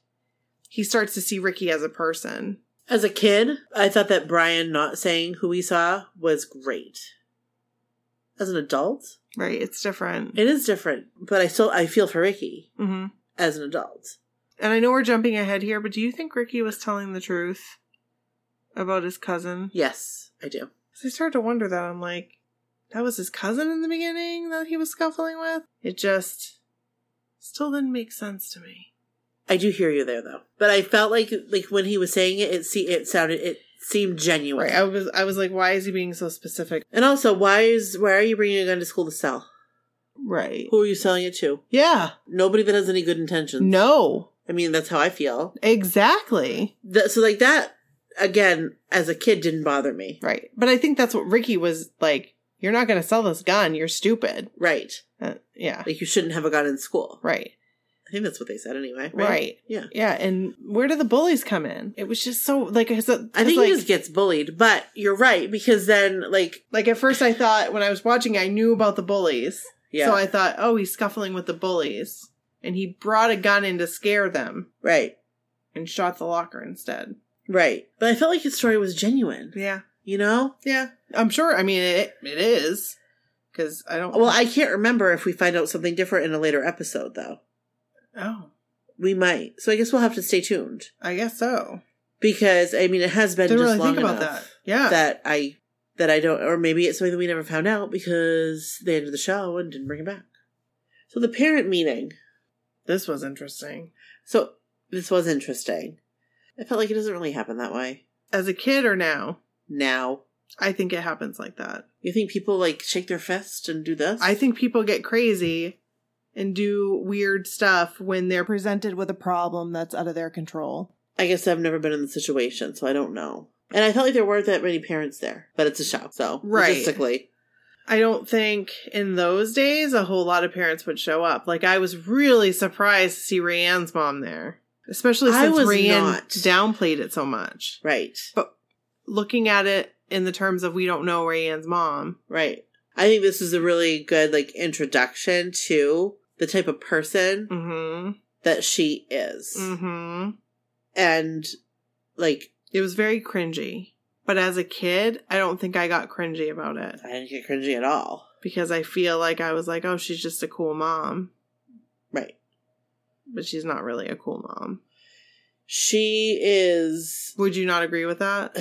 Speaker 2: he starts to see Ricky as a person.
Speaker 1: As a kid, I thought that Brian not saying who he saw was great. As an adult,
Speaker 2: Right. It's different.
Speaker 1: it is different, but I still I feel for Ricky
Speaker 2: hmm
Speaker 1: as an adult.
Speaker 2: And I know we're jumping ahead here, but do you think Ricky was telling the truth about his cousin?
Speaker 1: Yes, I do.
Speaker 2: 'Cause I started to wonder that. I'm like, that was his cousin in the beginning that he was scuffling with? It just still didn't make sense to me.
Speaker 1: I do hear you there though. But I felt like like when he was saying it, it see it sounded it seemed genuine.
Speaker 2: Right. I was I was like, why is he being so specific?
Speaker 1: and also, why is why are you bringing a gun to school to sell?
Speaker 2: Right.
Speaker 1: Who are you selling it to?
Speaker 2: Yeah.
Speaker 1: Nobody that has any good intentions.
Speaker 2: No.
Speaker 1: I mean that's how I feel.
Speaker 2: Exactly.
Speaker 1: That, so like that again, as a kid, didn't bother me.
Speaker 2: Right. But I think that's what Ricky was like, you're not gonna sell this gun, you're stupid.
Speaker 1: Right,
Speaker 2: Uh, yeah.
Speaker 1: like you shouldn't have a gun in school.
Speaker 2: Right.
Speaker 1: I think that's what they said anyway.
Speaker 2: right.
Speaker 1: Right. Yeah.
Speaker 2: Yeah. And where do the bullies come in? It was just so like it's a-
Speaker 1: I think
Speaker 2: like,
Speaker 1: he just gets bullied, but you're right because then like
Speaker 2: like at first I thought when I was watching I knew about the bullies.
Speaker 1: yeah
Speaker 2: So I thought, oh, he's scuffling with the bullies. And he brought a gun in to scare them
Speaker 1: right
Speaker 2: and shot the locker instead.
Speaker 1: right. But I felt like his story was genuine.
Speaker 2: Yeah.
Speaker 1: You know,
Speaker 2: Yeah. I'm sure. I mean, it, it is. Because I don't.
Speaker 1: Well, I can't remember if we find out something different in a later episode, though.
Speaker 2: Oh,
Speaker 1: We might. So I guess we'll have to stay tuned
Speaker 2: I guess so.
Speaker 1: because I mean it has been
Speaker 2: Didn't
Speaker 1: just
Speaker 2: really
Speaker 1: long
Speaker 2: think about that.
Speaker 1: enough
Speaker 2: Yeah.
Speaker 1: that I that I don't, or maybe it's something that we never found out because they ended the show and didn't bring it back. So the parent meeting.
Speaker 2: this was interesting.
Speaker 1: So this was interesting. I felt like it doesn't really happen that way
Speaker 2: As a kid or now,
Speaker 1: now.
Speaker 2: I think it happens like that.
Speaker 1: You think people like shake their fist and do this?
Speaker 2: I think people get crazy and do weird stuff when they're presented with a problem that's out of their control.
Speaker 1: I guess I've never been in the situation, so I don't know. And I felt like there weren't that many parents there, but it's a show, so
Speaker 2: Right.
Speaker 1: logistically,
Speaker 2: I don't think in those days a whole lot of parents would show up. Like I was really surprised to see Rayanne's mom there, especially
Speaker 1: I
Speaker 2: since
Speaker 1: was
Speaker 2: Rayanne
Speaker 1: not.
Speaker 2: downplayed it so much.
Speaker 1: right,
Speaker 2: Looking at it in the terms of we don't know Rayanne's mom,
Speaker 1: right. I think this is a really good like introduction to the type of person
Speaker 2: hmm
Speaker 1: that she is,
Speaker 2: hmm
Speaker 1: and like
Speaker 2: It was very cringy. But as a kid, I don't think I got cringy about it
Speaker 1: I didn't get cringy at all,
Speaker 2: because I feel like I was like, oh, she's just a cool mom,
Speaker 1: right?
Speaker 2: but she's not really a cool mom.
Speaker 1: She is.
Speaker 2: Would you not agree with that?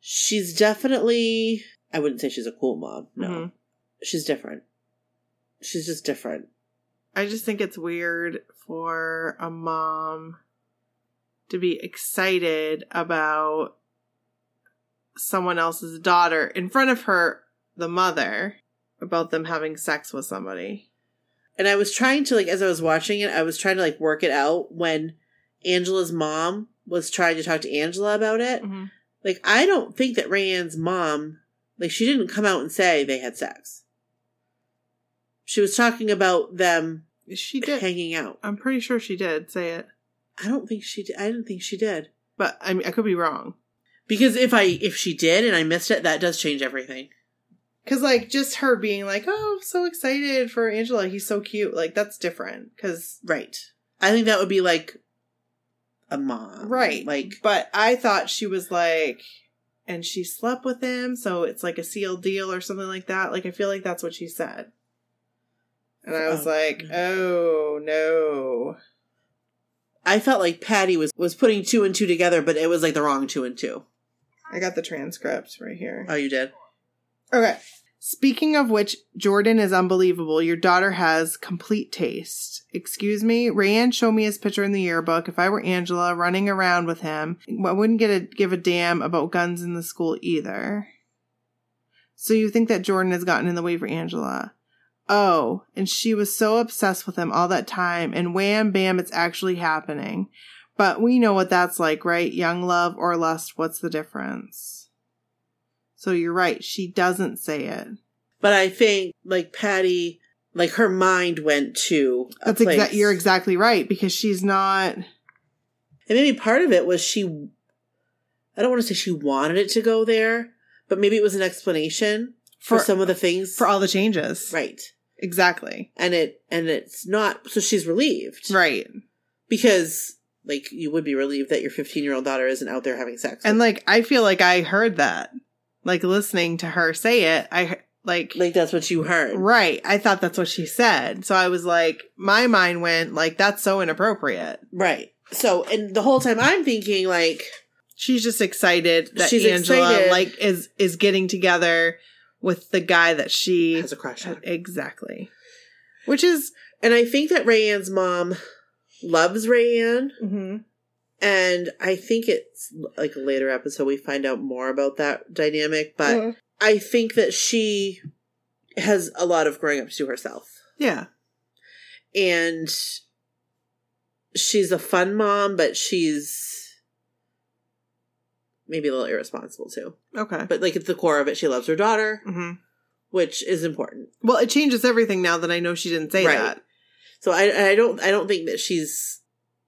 Speaker 1: She's definitely. I wouldn't say she's a cool mom. No,
Speaker 2: Mhm.
Speaker 1: she's different. She's just different.
Speaker 2: I just think it's weird for a mom to be excited about someone else's daughter in front of her, the mother, about them having sex with somebody.
Speaker 1: and I was trying to like as I was watching it, I was trying to like work it out when Angela's mom was trying to talk to Angela about it.
Speaker 2: Mm-hmm.
Speaker 1: Like I don't think that Rayanne's mom like she didn't come out and say they had sex. She was talking about them
Speaker 2: She did.
Speaker 1: hanging out.
Speaker 2: I'm pretty sure she did say it,
Speaker 1: I don't think she did. I didn't think she did.
Speaker 2: but I mean, I could be wrong.
Speaker 1: Because if I if she did and I missed it, that does change everything.
Speaker 2: Cause like just her being like, oh, I'm so excited for Angela. He's so cute. Like that's different. Cause
Speaker 1: Right. I think that would be like a mom.
Speaker 2: Right.
Speaker 1: Like
Speaker 2: but I thought she was like, and she slept with him, so it's like a sealed deal or something like that. Like I feel like that's what she said. And I was
Speaker 1: Oh.
Speaker 2: like, oh no.
Speaker 1: I felt like Patty was was putting two and two together, but it was like the wrong two and two.
Speaker 2: I got the transcript right here.
Speaker 1: Oh, you did?
Speaker 2: Okay. Speaking of which, Jordan is unbelievable. Your daughter has complete taste. Excuse me? Rayanne showed me his picture in the yearbook. If I were Angela running around with him, I wouldn't get a, give a damn about guns in the school either. So you think that Jordan has gotten in the way for Angela? Oh, and she was so obsessed with him all that time, and wham bam, it's actually happening. But we know what that's like, right? Young love or lust, what's the difference? So you're right, she doesn't say it.
Speaker 1: But I think like Patty, like her mind went to a
Speaker 2: That's
Speaker 1: place.
Speaker 2: exactly you're exactly right because she's not
Speaker 1: and maybe part of it was she. I don't want to say she wanted it to go there, but maybe it was an explanation for,
Speaker 2: for
Speaker 1: some of the things.
Speaker 2: for all the changes.
Speaker 1: right,
Speaker 2: Exactly.
Speaker 1: and it and it's not. So she's relieved,
Speaker 2: Right.
Speaker 1: Because like you would be relieved that your 15 year old daughter isn't out there having sex.
Speaker 2: And
Speaker 1: with-
Speaker 2: like I feel like I heard that. Like listening to her say it, I he- like
Speaker 1: like that's what you heard.
Speaker 2: Right. I thought that's what she said. So I was like, my mind went like, that's so inappropriate.
Speaker 1: Right. So, and the whole time I'm thinking, like,
Speaker 2: She's just excited that
Speaker 1: She's
Speaker 2: Angela
Speaker 1: excited.
Speaker 2: like is is getting together with the guy that she
Speaker 1: has a crush on her.
Speaker 2: exactly, which is
Speaker 1: And I think that Rayanne's mom loves Rayanne. And I think it's like a later episode, we find out more about that dynamic. But
Speaker 2: Mhm.
Speaker 1: I think that she has a lot of growing up to do herself.
Speaker 2: yeah,
Speaker 1: And she's a fun mom, but she's maybe a little irresponsible too.
Speaker 2: okay.
Speaker 1: But like at the core of it, she loves her daughter,
Speaker 2: hmm
Speaker 1: which is important.
Speaker 2: Well, it changes everything now that I know she didn't say
Speaker 1: Right.
Speaker 2: that.
Speaker 1: So I I don't I don't think that she's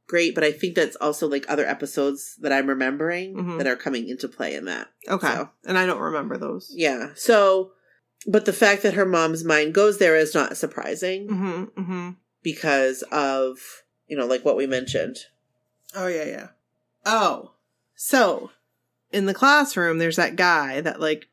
Speaker 1: great, but I think that's also like other episodes that I'm remembering
Speaker 2: Mhm.
Speaker 1: that are coming into play in that.
Speaker 2: Okay,
Speaker 1: So.
Speaker 2: and I don't remember those.
Speaker 1: Yeah. So but the fact that her mom's mind goes there is not surprising
Speaker 2: hmm hmm
Speaker 1: because of you know like what we mentioned.
Speaker 2: Oh yeah, yeah. Oh, so in the classroom, there's that guy that like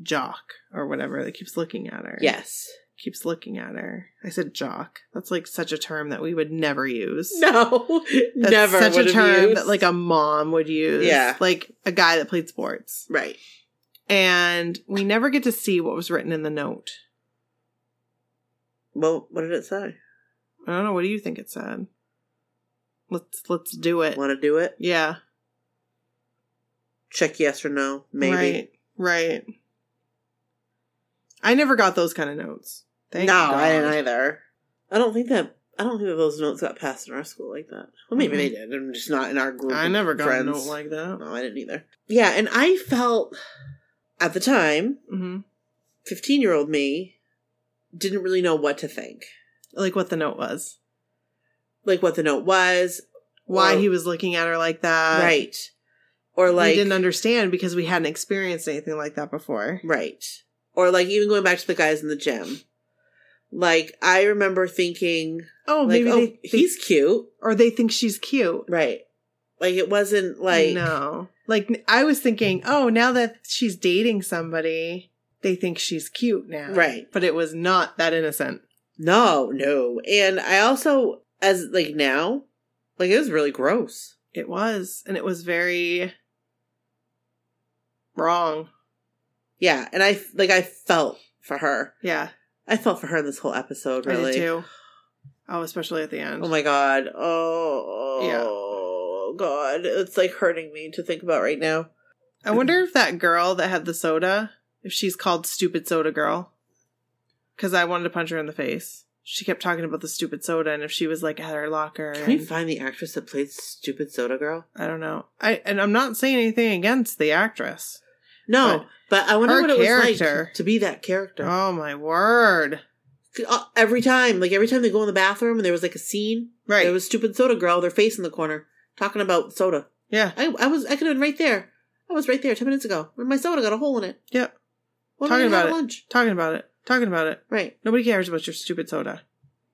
Speaker 2: jock or whatever that keeps looking at her.
Speaker 1: Yes.
Speaker 2: keeps looking at her. I said jock. That's like such a term that we would never use.
Speaker 1: No.
Speaker 2: That's
Speaker 1: never
Speaker 2: such a
Speaker 1: would've
Speaker 2: term
Speaker 1: used.
Speaker 2: that like a mom would use.
Speaker 1: Yeah.
Speaker 2: Like a guy that played sports.
Speaker 1: right.
Speaker 2: And we never get to see what was written in the note.
Speaker 1: Well, what did it say?
Speaker 2: I don't know, what do you think it said? Let's let's do it.
Speaker 1: Want to do it?
Speaker 2: Yeah.
Speaker 1: Check yes or no, maybe.
Speaker 2: Right. Right. I never got those kind of notes.
Speaker 1: No,
Speaker 2: Thank
Speaker 1: I didn't
Speaker 2: God.
Speaker 1: either. I don't think that I don't think that those notes got passed in our school like that. Well, maybe
Speaker 2: Mhm.
Speaker 1: they did. I'm just not in our group.
Speaker 2: I
Speaker 1: of
Speaker 2: never got
Speaker 1: friends.
Speaker 2: a note like that.
Speaker 1: No, I didn't either. Yeah, and I felt at the time,
Speaker 2: hmm
Speaker 1: fifteen year old me didn't really know what to think,
Speaker 2: Like what the note was.
Speaker 1: like what the note was,
Speaker 2: Why
Speaker 1: Or-
Speaker 2: he was looking at her like that.
Speaker 1: right, or like
Speaker 2: we didn't understand because we hadn't experienced anything like that before.
Speaker 1: right, or like even going back to the guys in the gym. Like I remember thinking,
Speaker 2: Oh,
Speaker 1: like,
Speaker 2: maybe
Speaker 1: oh,
Speaker 2: they, they-
Speaker 1: he's cute,
Speaker 2: or they think she's cute.
Speaker 1: right? Like it wasn't like
Speaker 2: no, like n- I was thinking, oh, now that she's dating somebody, they think she's cute now,
Speaker 1: right.
Speaker 2: But it was not that innocent.
Speaker 1: No, no. And I also, as like now, like it was really gross.
Speaker 2: It was, and it was very wrong.
Speaker 1: Yeah. And I, like, I felt for her.
Speaker 2: Yeah,
Speaker 1: I felt for her in this whole episode, really.
Speaker 2: I did too. Oh, especially at the end.
Speaker 1: Oh my God. Oh, God. It's like hurting me to think about right now.
Speaker 2: I wonder if that girl that had the soda, if she's called Stupid Soda Girl. Because I wanted to punch her in the face. She kept talking about the stupid soda and if she was like at her locker.
Speaker 1: Can we
Speaker 2: and-
Speaker 1: find the actress that played Stupid Soda Girl?
Speaker 2: I don't know. I and I'm not saying anything against the actress.
Speaker 1: No, but, I wonder
Speaker 2: her
Speaker 1: what it was
Speaker 2: character-
Speaker 1: like to be that character.
Speaker 2: Oh my word.
Speaker 1: Uh, Every time, like every time they go in the bathroom and there was like a scene,
Speaker 2: Right.
Speaker 1: there was Stupid Soda Girl, their face in the corner, talking about soda.
Speaker 2: yeah.
Speaker 1: I, I was I could have been right there. I was right there ten minutes ago. When my soda got a hole in it.
Speaker 2: Yep.
Speaker 1: What
Speaker 2: Talking
Speaker 1: Talking about
Speaker 2: about it.
Speaker 1: lunch.
Speaker 2: Talking about it. Talking about it.
Speaker 1: Right.
Speaker 2: Nobody cares about your stupid soda.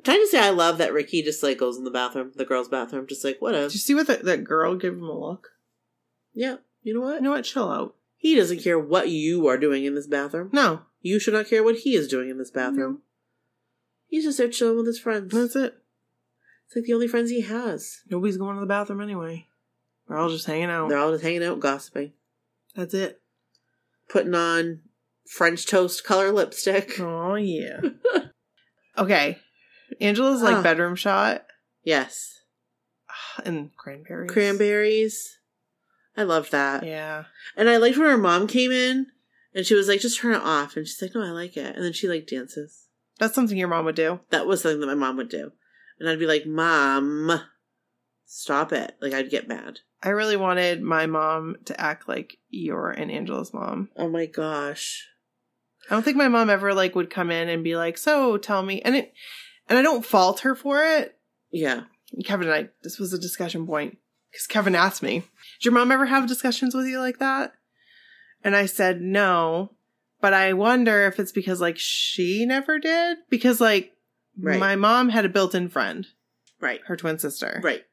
Speaker 1: Trying to say I love that Ricky just like goes in the bathroom, the girls' bathroom, just like what a
Speaker 2: Did you see what that that girl gave him a look?
Speaker 1: yeah. You know
Speaker 2: You
Speaker 1: what?
Speaker 2: know what? Chill out.
Speaker 1: He doesn't care what you are doing in this bathroom.
Speaker 2: No.
Speaker 1: You should not care what he is doing in this bathroom. He's just there chilling with his friends.
Speaker 2: That's it.
Speaker 1: It's like the only friends he has.
Speaker 2: Nobody's going to the bathroom anyway. We're all just hanging out.
Speaker 1: They're all just hanging out, gossiping,
Speaker 2: That's it.
Speaker 1: putting on French toast color lipstick.
Speaker 2: Oh yeah. okay. Angela's like
Speaker 1: Huh.
Speaker 2: bedroom shot
Speaker 1: Yes.
Speaker 2: and cranberries.
Speaker 1: Cranberries. I loved that.
Speaker 2: Yeah.
Speaker 1: And I liked when her mom came in and she was like, just turn it off. And she's like, no, I like it. And then she like dances.
Speaker 2: That's something your mom would do.
Speaker 1: That was something that my mom would do. And I'd be like, Mom, stop it. Like, I'd get mad.
Speaker 2: I really wanted my mom to act like you're and Angela's mom.
Speaker 1: Oh my gosh.
Speaker 2: I don't think my mom ever like would come in and be like, "So tell me," and it, and I don't fault her for it.
Speaker 1: Yeah.
Speaker 2: Kevin and I, this was a discussion point because Kevin asked me, "Did your mom ever have discussions with you like that?" And I said no, but I wonder if it's because like she never did because like
Speaker 1: Right.
Speaker 2: my mom had a built-in friend,
Speaker 1: Right.
Speaker 2: her twin sister,
Speaker 1: Right.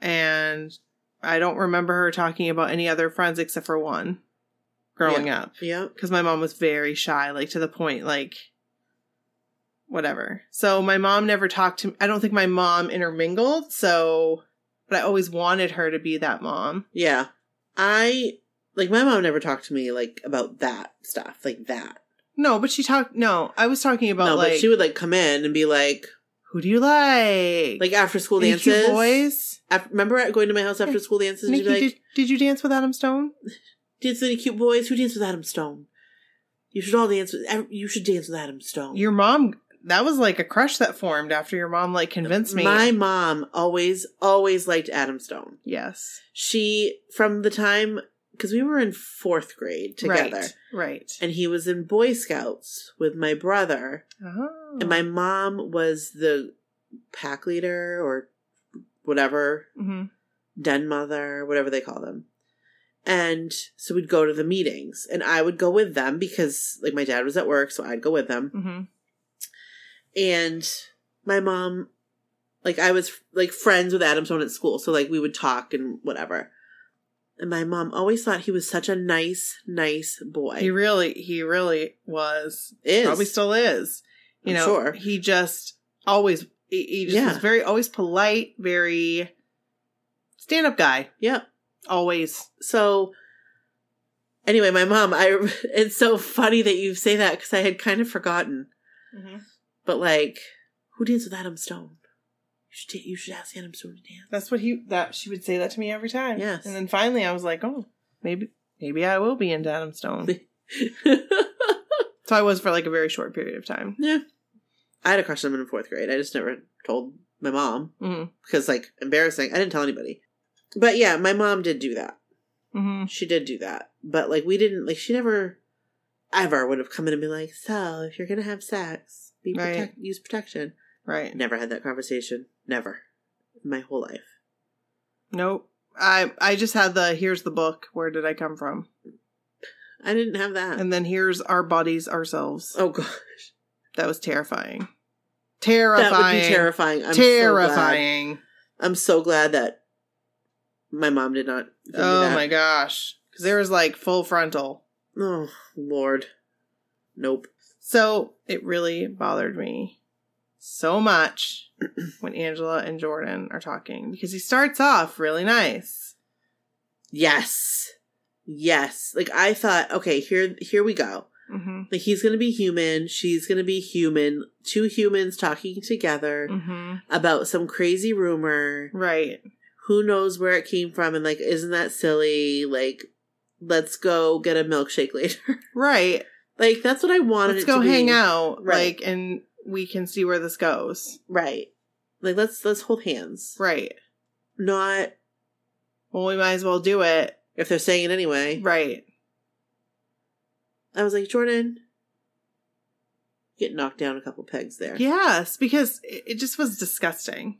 Speaker 2: and I don't remember her talking about any other friends except for one growing up
Speaker 1: Yep.
Speaker 2: because my mom was very shy, like to the point, like whatever. So my mom never talked to. I don't think my mom intermingled. So, but I always wanted her to be that mom.
Speaker 1: Yeah. I, like, my mom never talked to me, like, about that stuff, like that.
Speaker 2: No, but she talked. No, I was talking about
Speaker 1: no,
Speaker 2: like
Speaker 1: but she would, like, come in and be like,
Speaker 2: who do you like?
Speaker 1: like, after school
Speaker 2: Any cute
Speaker 1: dances.
Speaker 2: boys.
Speaker 1: Af- remember going to my house after school dances and she'd
Speaker 2: Nikki,
Speaker 1: be like,
Speaker 2: did, did you dance with Adam Stone?
Speaker 1: dance with any cute boys? Who danced with Adam Stone? You should all dance with. ev- You should dance with Adam Stone.
Speaker 2: Your mom. That was like a crush that formed after your mom like convinced me.
Speaker 1: My mom always, always liked Adam Stone.
Speaker 2: yes,
Speaker 1: She from the time because we were in fourth grade together,
Speaker 2: Right. right.
Speaker 1: and he was in Boy Scouts with my brother,
Speaker 2: Oh.
Speaker 1: and my mom was the pack leader or whatever
Speaker 2: Mhm.
Speaker 1: den mother, whatever they call them. And so we'd go to the meetings, and I would go with them because like my dad was at work, so I'd go with them.
Speaker 2: Mhm.
Speaker 1: and my mom like i was like friends with adam stone at school so like we would talk and whatever and my mom always thought he was such a nice nice boy
Speaker 2: He really, he really was.
Speaker 1: is
Speaker 2: probably still is. You
Speaker 1: I'm
Speaker 2: know,
Speaker 1: sure.
Speaker 2: he just always he, he just
Speaker 1: Yeah.
Speaker 2: was very always polite, very stand up guy.
Speaker 1: yeah
Speaker 2: Always.
Speaker 1: so anyway my mom i it's so funny that you say that because i had kind of forgotten
Speaker 2: Mm-hmm.
Speaker 1: but like who danced with adam stone you should, da- you should ask adam stone to dance
Speaker 2: That's what he that she would say that to me every time.
Speaker 1: Yes.
Speaker 2: And then finally I was like, Oh, maybe maybe I will be into Adam Stone. so I was for like a very short period of time.
Speaker 1: i had a crush on him in fourth grade i just never told my mom
Speaker 2: hmm
Speaker 1: because like embarrassing. I didn't tell anybody. But yeah, my mom did do that.
Speaker 2: hmm
Speaker 1: She did do that. But like we didn't like she never ever would have come in and be like, "So, if you're going to have sex, be
Speaker 2: Right.
Speaker 1: protect- use protection."
Speaker 2: Right.
Speaker 1: Never had that conversation. Never. In my whole life.
Speaker 2: Nope. I I just had the here's the book, where did I come from?
Speaker 1: I didn't have that.
Speaker 2: And then here's our bodies ourselves.
Speaker 1: oh god.
Speaker 2: That was terrifying.
Speaker 1: That
Speaker 2: Terrifying.
Speaker 1: would be terrifying. I'm terrifying. So glad.
Speaker 2: terrifying.
Speaker 1: I'm so glad that my mom did not. give me
Speaker 2: oh
Speaker 1: that.
Speaker 2: my gosh. Because there was like full frontal.
Speaker 1: Oh lord. Nope.
Speaker 2: So it really bothered me so much when Angela and Jordan are talking because he starts off really nice.
Speaker 1: Yes. Yes. Like I thought, okay, here here we go.
Speaker 2: Mm-hmm.
Speaker 1: Like he's gonna be human, she's gonna be human, two humans talking together
Speaker 2: Mm-hmm.
Speaker 1: about some crazy rumor.
Speaker 2: Right.
Speaker 1: Who knows where it came from and like, isn't that silly? Like, let's go get a milkshake later.
Speaker 2: Right.
Speaker 1: like that's what I wanted.
Speaker 2: Let's
Speaker 1: it
Speaker 2: go
Speaker 1: to be.
Speaker 2: hang out.
Speaker 1: Right.
Speaker 2: Like, and we can see where this goes.
Speaker 1: Right. Like let's let's hold hands.
Speaker 2: Right.
Speaker 1: Not
Speaker 2: Well, we might as well do it.
Speaker 1: if they're saying it anyway.
Speaker 2: Right.
Speaker 1: I was like, Jordan, get knocked down a couple pegs there.
Speaker 2: Yes, because it it just was disgusting.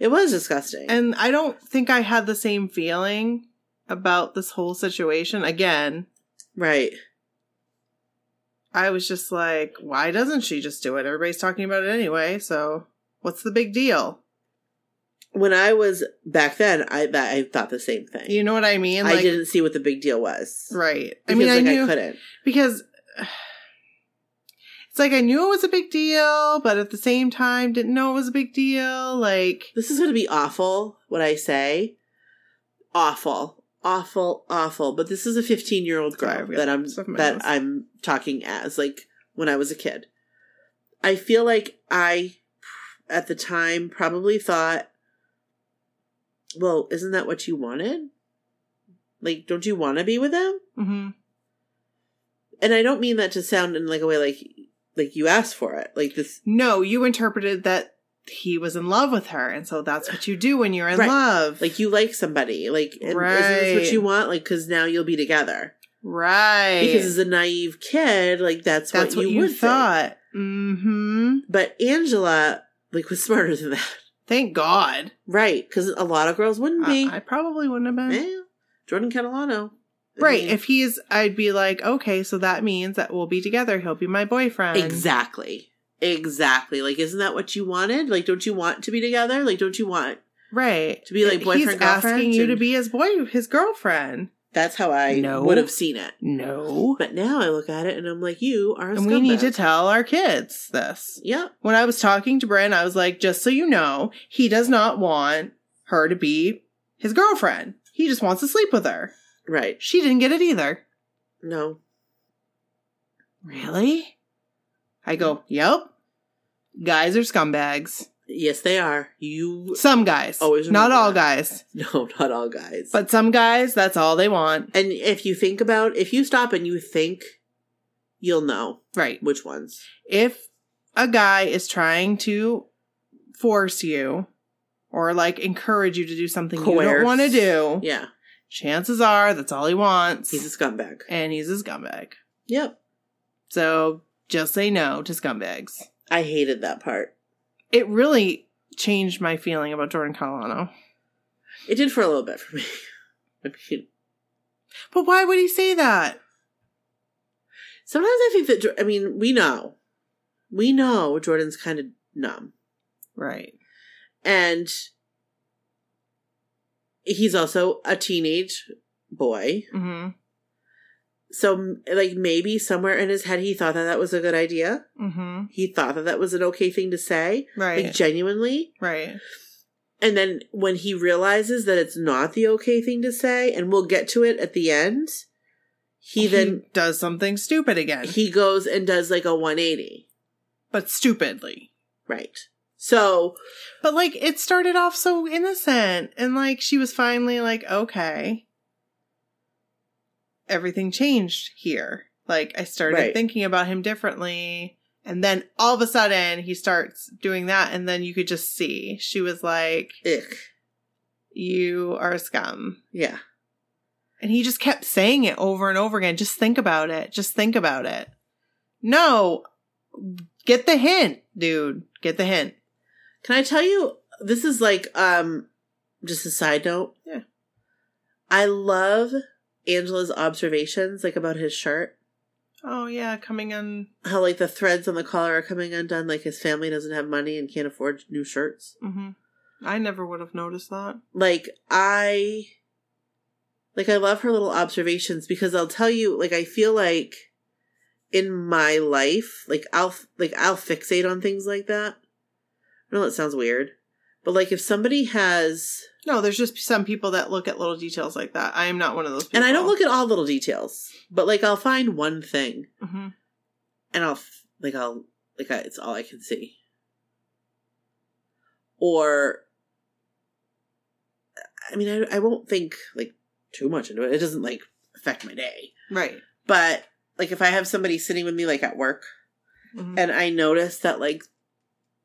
Speaker 1: It was disgusting.
Speaker 2: And I don't think I had the same feeling about this whole situation. Again,
Speaker 1: right.
Speaker 2: I was just like, why doesn't she just do it? Everybody's talking about it anyway, so what's the big deal?
Speaker 1: When I was back then, I that I thought the same thing.
Speaker 2: You know what I mean?
Speaker 1: I didn't see what the big deal was.
Speaker 2: Right. I
Speaker 1: Because,
Speaker 2: mean, I
Speaker 1: like, I,
Speaker 2: knew
Speaker 1: couldn't.
Speaker 2: because it's like I knew it was a big deal, but at the same time, didn't know it was a big deal. Like,
Speaker 1: This is going to be awful, what I say. Awful. awful, awful. But this is a 15 year old
Speaker 2: Sorry,
Speaker 1: girl
Speaker 2: I've got
Speaker 1: that I'm
Speaker 2: stuff in my
Speaker 1: that
Speaker 2: nose.
Speaker 1: I'm talking as like when I was a kid. I feel like I at the time probably thought, well, isn't that what you wanted? Like, don't you want to be with him?
Speaker 2: Mm-hmm.
Speaker 1: And I don't mean that to sound in like a way like like you asked for it. Like this
Speaker 2: No, you interpreted that he was in love with her, and so that's what you do when you're in
Speaker 1: Right.
Speaker 2: love.
Speaker 1: like you like somebody like and isn't this
Speaker 2: Right.
Speaker 1: what you want like because now you'll be together
Speaker 2: right?
Speaker 1: because as a naive kid like that's,
Speaker 2: that's
Speaker 1: what, you, would thought
Speaker 2: thought. Mm-hmm.
Speaker 1: but angela like was smarter than that
Speaker 2: Thank God.
Speaker 1: right because a lot of girls wouldn't be
Speaker 2: I, I probably wouldn't have been.
Speaker 1: Eh, jordan catalano I
Speaker 2: Right.
Speaker 1: mean,
Speaker 2: If he's, I'd be like, okay, so that means that we'll be together. He'll be my boyfriend.
Speaker 1: exactly exactly like isn't that what you wanted like don't you want to be together like don't you want
Speaker 2: Right.
Speaker 1: To be like boyfriend,
Speaker 2: He's
Speaker 1: girlfriend,
Speaker 2: asking you to
Speaker 1: and-
Speaker 2: be his boy, his girlfriend.
Speaker 1: that's how i
Speaker 2: No.
Speaker 1: would have seen it
Speaker 2: No.
Speaker 1: but now i look at it and i'm like you are a
Speaker 2: And we need to
Speaker 1: scumbag.
Speaker 2: tell our kids this.
Speaker 1: yep
Speaker 2: When I was talking to Bryn, I was like, just so you know, he does not want her to be his girlfriend. He just wants to sleep with her.
Speaker 1: right
Speaker 2: She didn't get it either.
Speaker 1: no
Speaker 2: Really? I go, yep. Guys are scumbags.
Speaker 1: yes they are you
Speaker 2: Some guys.
Speaker 1: Always
Speaker 2: not
Speaker 1: remember
Speaker 2: all
Speaker 1: that.
Speaker 2: guys.
Speaker 1: No, not all guys.
Speaker 2: But some guys, that's all they want.
Speaker 1: and if you think about if you stop and you think, you'll know
Speaker 2: Right.
Speaker 1: which ones.
Speaker 2: If a guy is trying to force you or like encourage you to do something you don't
Speaker 1: Coerce.
Speaker 2: want to do,
Speaker 1: Yeah.
Speaker 2: chances are that's all he wants.
Speaker 1: He's a scumbag.
Speaker 2: and he's a scumbag.
Speaker 1: Yep.
Speaker 2: So just say no to scumbags.
Speaker 1: I hated that part.
Speaker 2: It really changed my feeling about Jordan Catalano.
Speaker 1: It did for a little bit for me. I mean,
Speaker 2: But why would he say that?
Speaker 1: sometimes I think that Jo- I mean, we know. We know Jordan's kind of numb.
Speaker 2: Right.
Speaker 1: And he's also a teenage boy.
Speaker 2: hmm
Speaker 1: So like maybe somewhere in his head he thought that that was a good idea.
Speaker 2: hmm
Speaker 1: He thought that that was an okay thing to say.
Speaker 2: Right.
Speaker 1: Like genuinely,
Speaker 2: right.
Speaker 1: And then when he realizes that it's not the okay thing to say, and we'll get to it at the end, he, then
Speaker 2: does something stupid again,
Speaker 1: he goes and does like a 180.
Speaker 2: but stupidly.
Speaker 1: Right. So
Speaker 2: But like it started off so innocent and like she was finally like, okay. Everything changed here. Like I started
Speaker 1: Right.
Speaker 2: thinking about him differently. And then all of a sudden he starts doing that and then you could just see she was like,
Speaker 1: ick.
Speaker 2: You are a scum.
Speaker 1: Yeah.
Speaker 2: And he just kept saying it over and over again. Just think about it. Just think about it. No. Get the hint, dude. Get the hint.
Speaker 1: Can I tell you this is like um just a side note.
Speaker 2: Yeah.
Speaker 1: I love Angela's observations, like about his shirt.
Speaker 2: Oh yeah, coming on
Speaker 1: How like the threads on the collar are coming undone, like his family doesn't have money and can't afford new shirts.
Speaker 2: Mm-hmm. I never would have noticed that.
Speaker 1: like i like i love her little observations because i'll tell you like i feel like in my life like i'll like i'll fixate on things like that i know that sounds weird but like if somebody has
Speaker 2: No, there's just some people that look at little details like that. I am not one of those people.
Speaker 1: and i don't look at all little details but like i'll find one thing
Speaker 2: hmm
Speaker 1: and i'll f- like i'll like I, it's all i can see or i mean I, I won't think like too much into it it doesn't like affect my day
Speaker 2: Right.
Speaker 1: but like if i have somebody sitting with me like at work
Speaker 2: Mhm.
Speaker 1: and i notice that like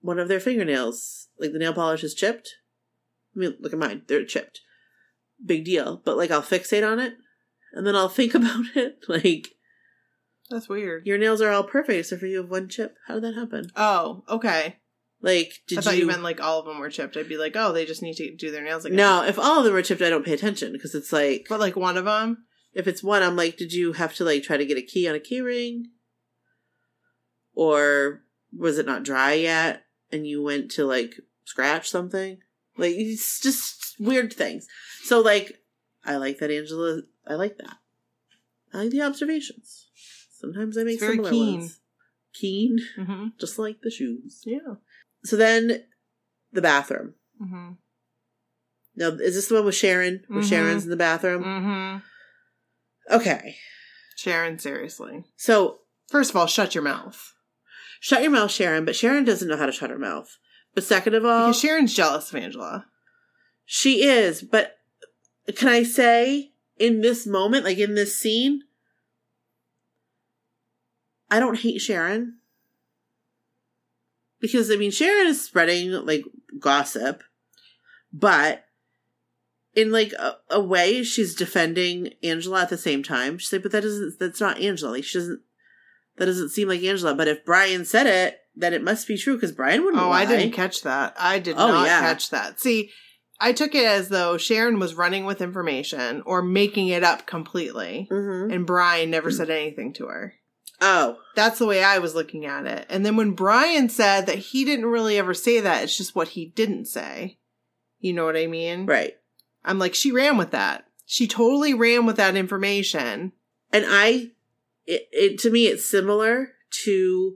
Speaker 1: one of their fingernails like the nail polish is chipped i mean look at mine they're chipped big deal but like i'll fixate on it and then i'll think about it like
Speaker 2: That's weird.
Speaker 1: your nails are all perfect except for you have one chip how did that happen
Speaker 2: Oh, okay.
Speaker 1: like did
Speaker 2: I thought
Speaker 1: you,
Speaker 2: you... meant like all of them were chipped. I'd be like, oh, they just need to do their nails again.
Speaker 1: no if all of them are chipped i don't pay attention because it's like
Speaker 2: But like one of them.
Speaker 1: if it's one i'm like did you have to like try to get a key on a key ring or was it not dry yet and you went to like scratch something like it's just weird things so like i like that angela i like that i like the observations sometimes i make
Speaker 2: It's very
Speaker 1: similar
Speaker 2: keen.
Speaker 1: ones keen
Speaker 2: Mm-hmm.
Speaker 1: just like the shoes
Speaker 2: Yeah.
Speaker 1: so then the bathroom
Speaker 2: Mm-hmm.
Speaker 1: Now, is this the one with Sharon? Where
Speaker 2: Mhm.
Speaker 1: Sharon's in the bathroom?
Speaker 2: Mm-hmm.
Speaker 1: Okay.
Speaker 2: Sharon, seriously.
Speaker 1: So
Speaker 2: First of all, shut your mouth.
Speaker 1: shut your mouth, Sharon, but Sharon doesn't know how to shut her mouth. But second of all,
Speaker 2: Because Sharon's jealous of Angela.
Speaker 1: she is. But can I say, in this moment, like in this scene, I don't hate Sharon. Because, I mean, Sharon is spreading, like, gossip, but in, like, a, a way, she's defending Angela at the same time. She's like, but that doesn't, that's not Angela. Like, she doesn't, that doesn't seem like Angela. But if Brian said it, then it must be true because Brian wouldn't
Speaker 2: Oh,
Speaker 1: lie.
Speaker 2: I didn't catch that. I did
Speaker 1: Hmm, Oh,
Speaker 2: not
Speaker 1: yeah.
Speaker 2: catch that. See, I took it as though Sharon was running with information or making it up completely,
Speaker 1: hmm
Speaker 2: and Brian never said anything to her.
Speaker 1: Oh,
Speaker 2: That's the way I was looking at it. And then when Brian said that he didn't really ever say that, it's just what he didn't say. You know what I mean?
Speaker 1: right.
Speaker 2: I'm like, she ran with that. She totally ran with that information.
Speaker 1: and I, it, it to me, it's similar to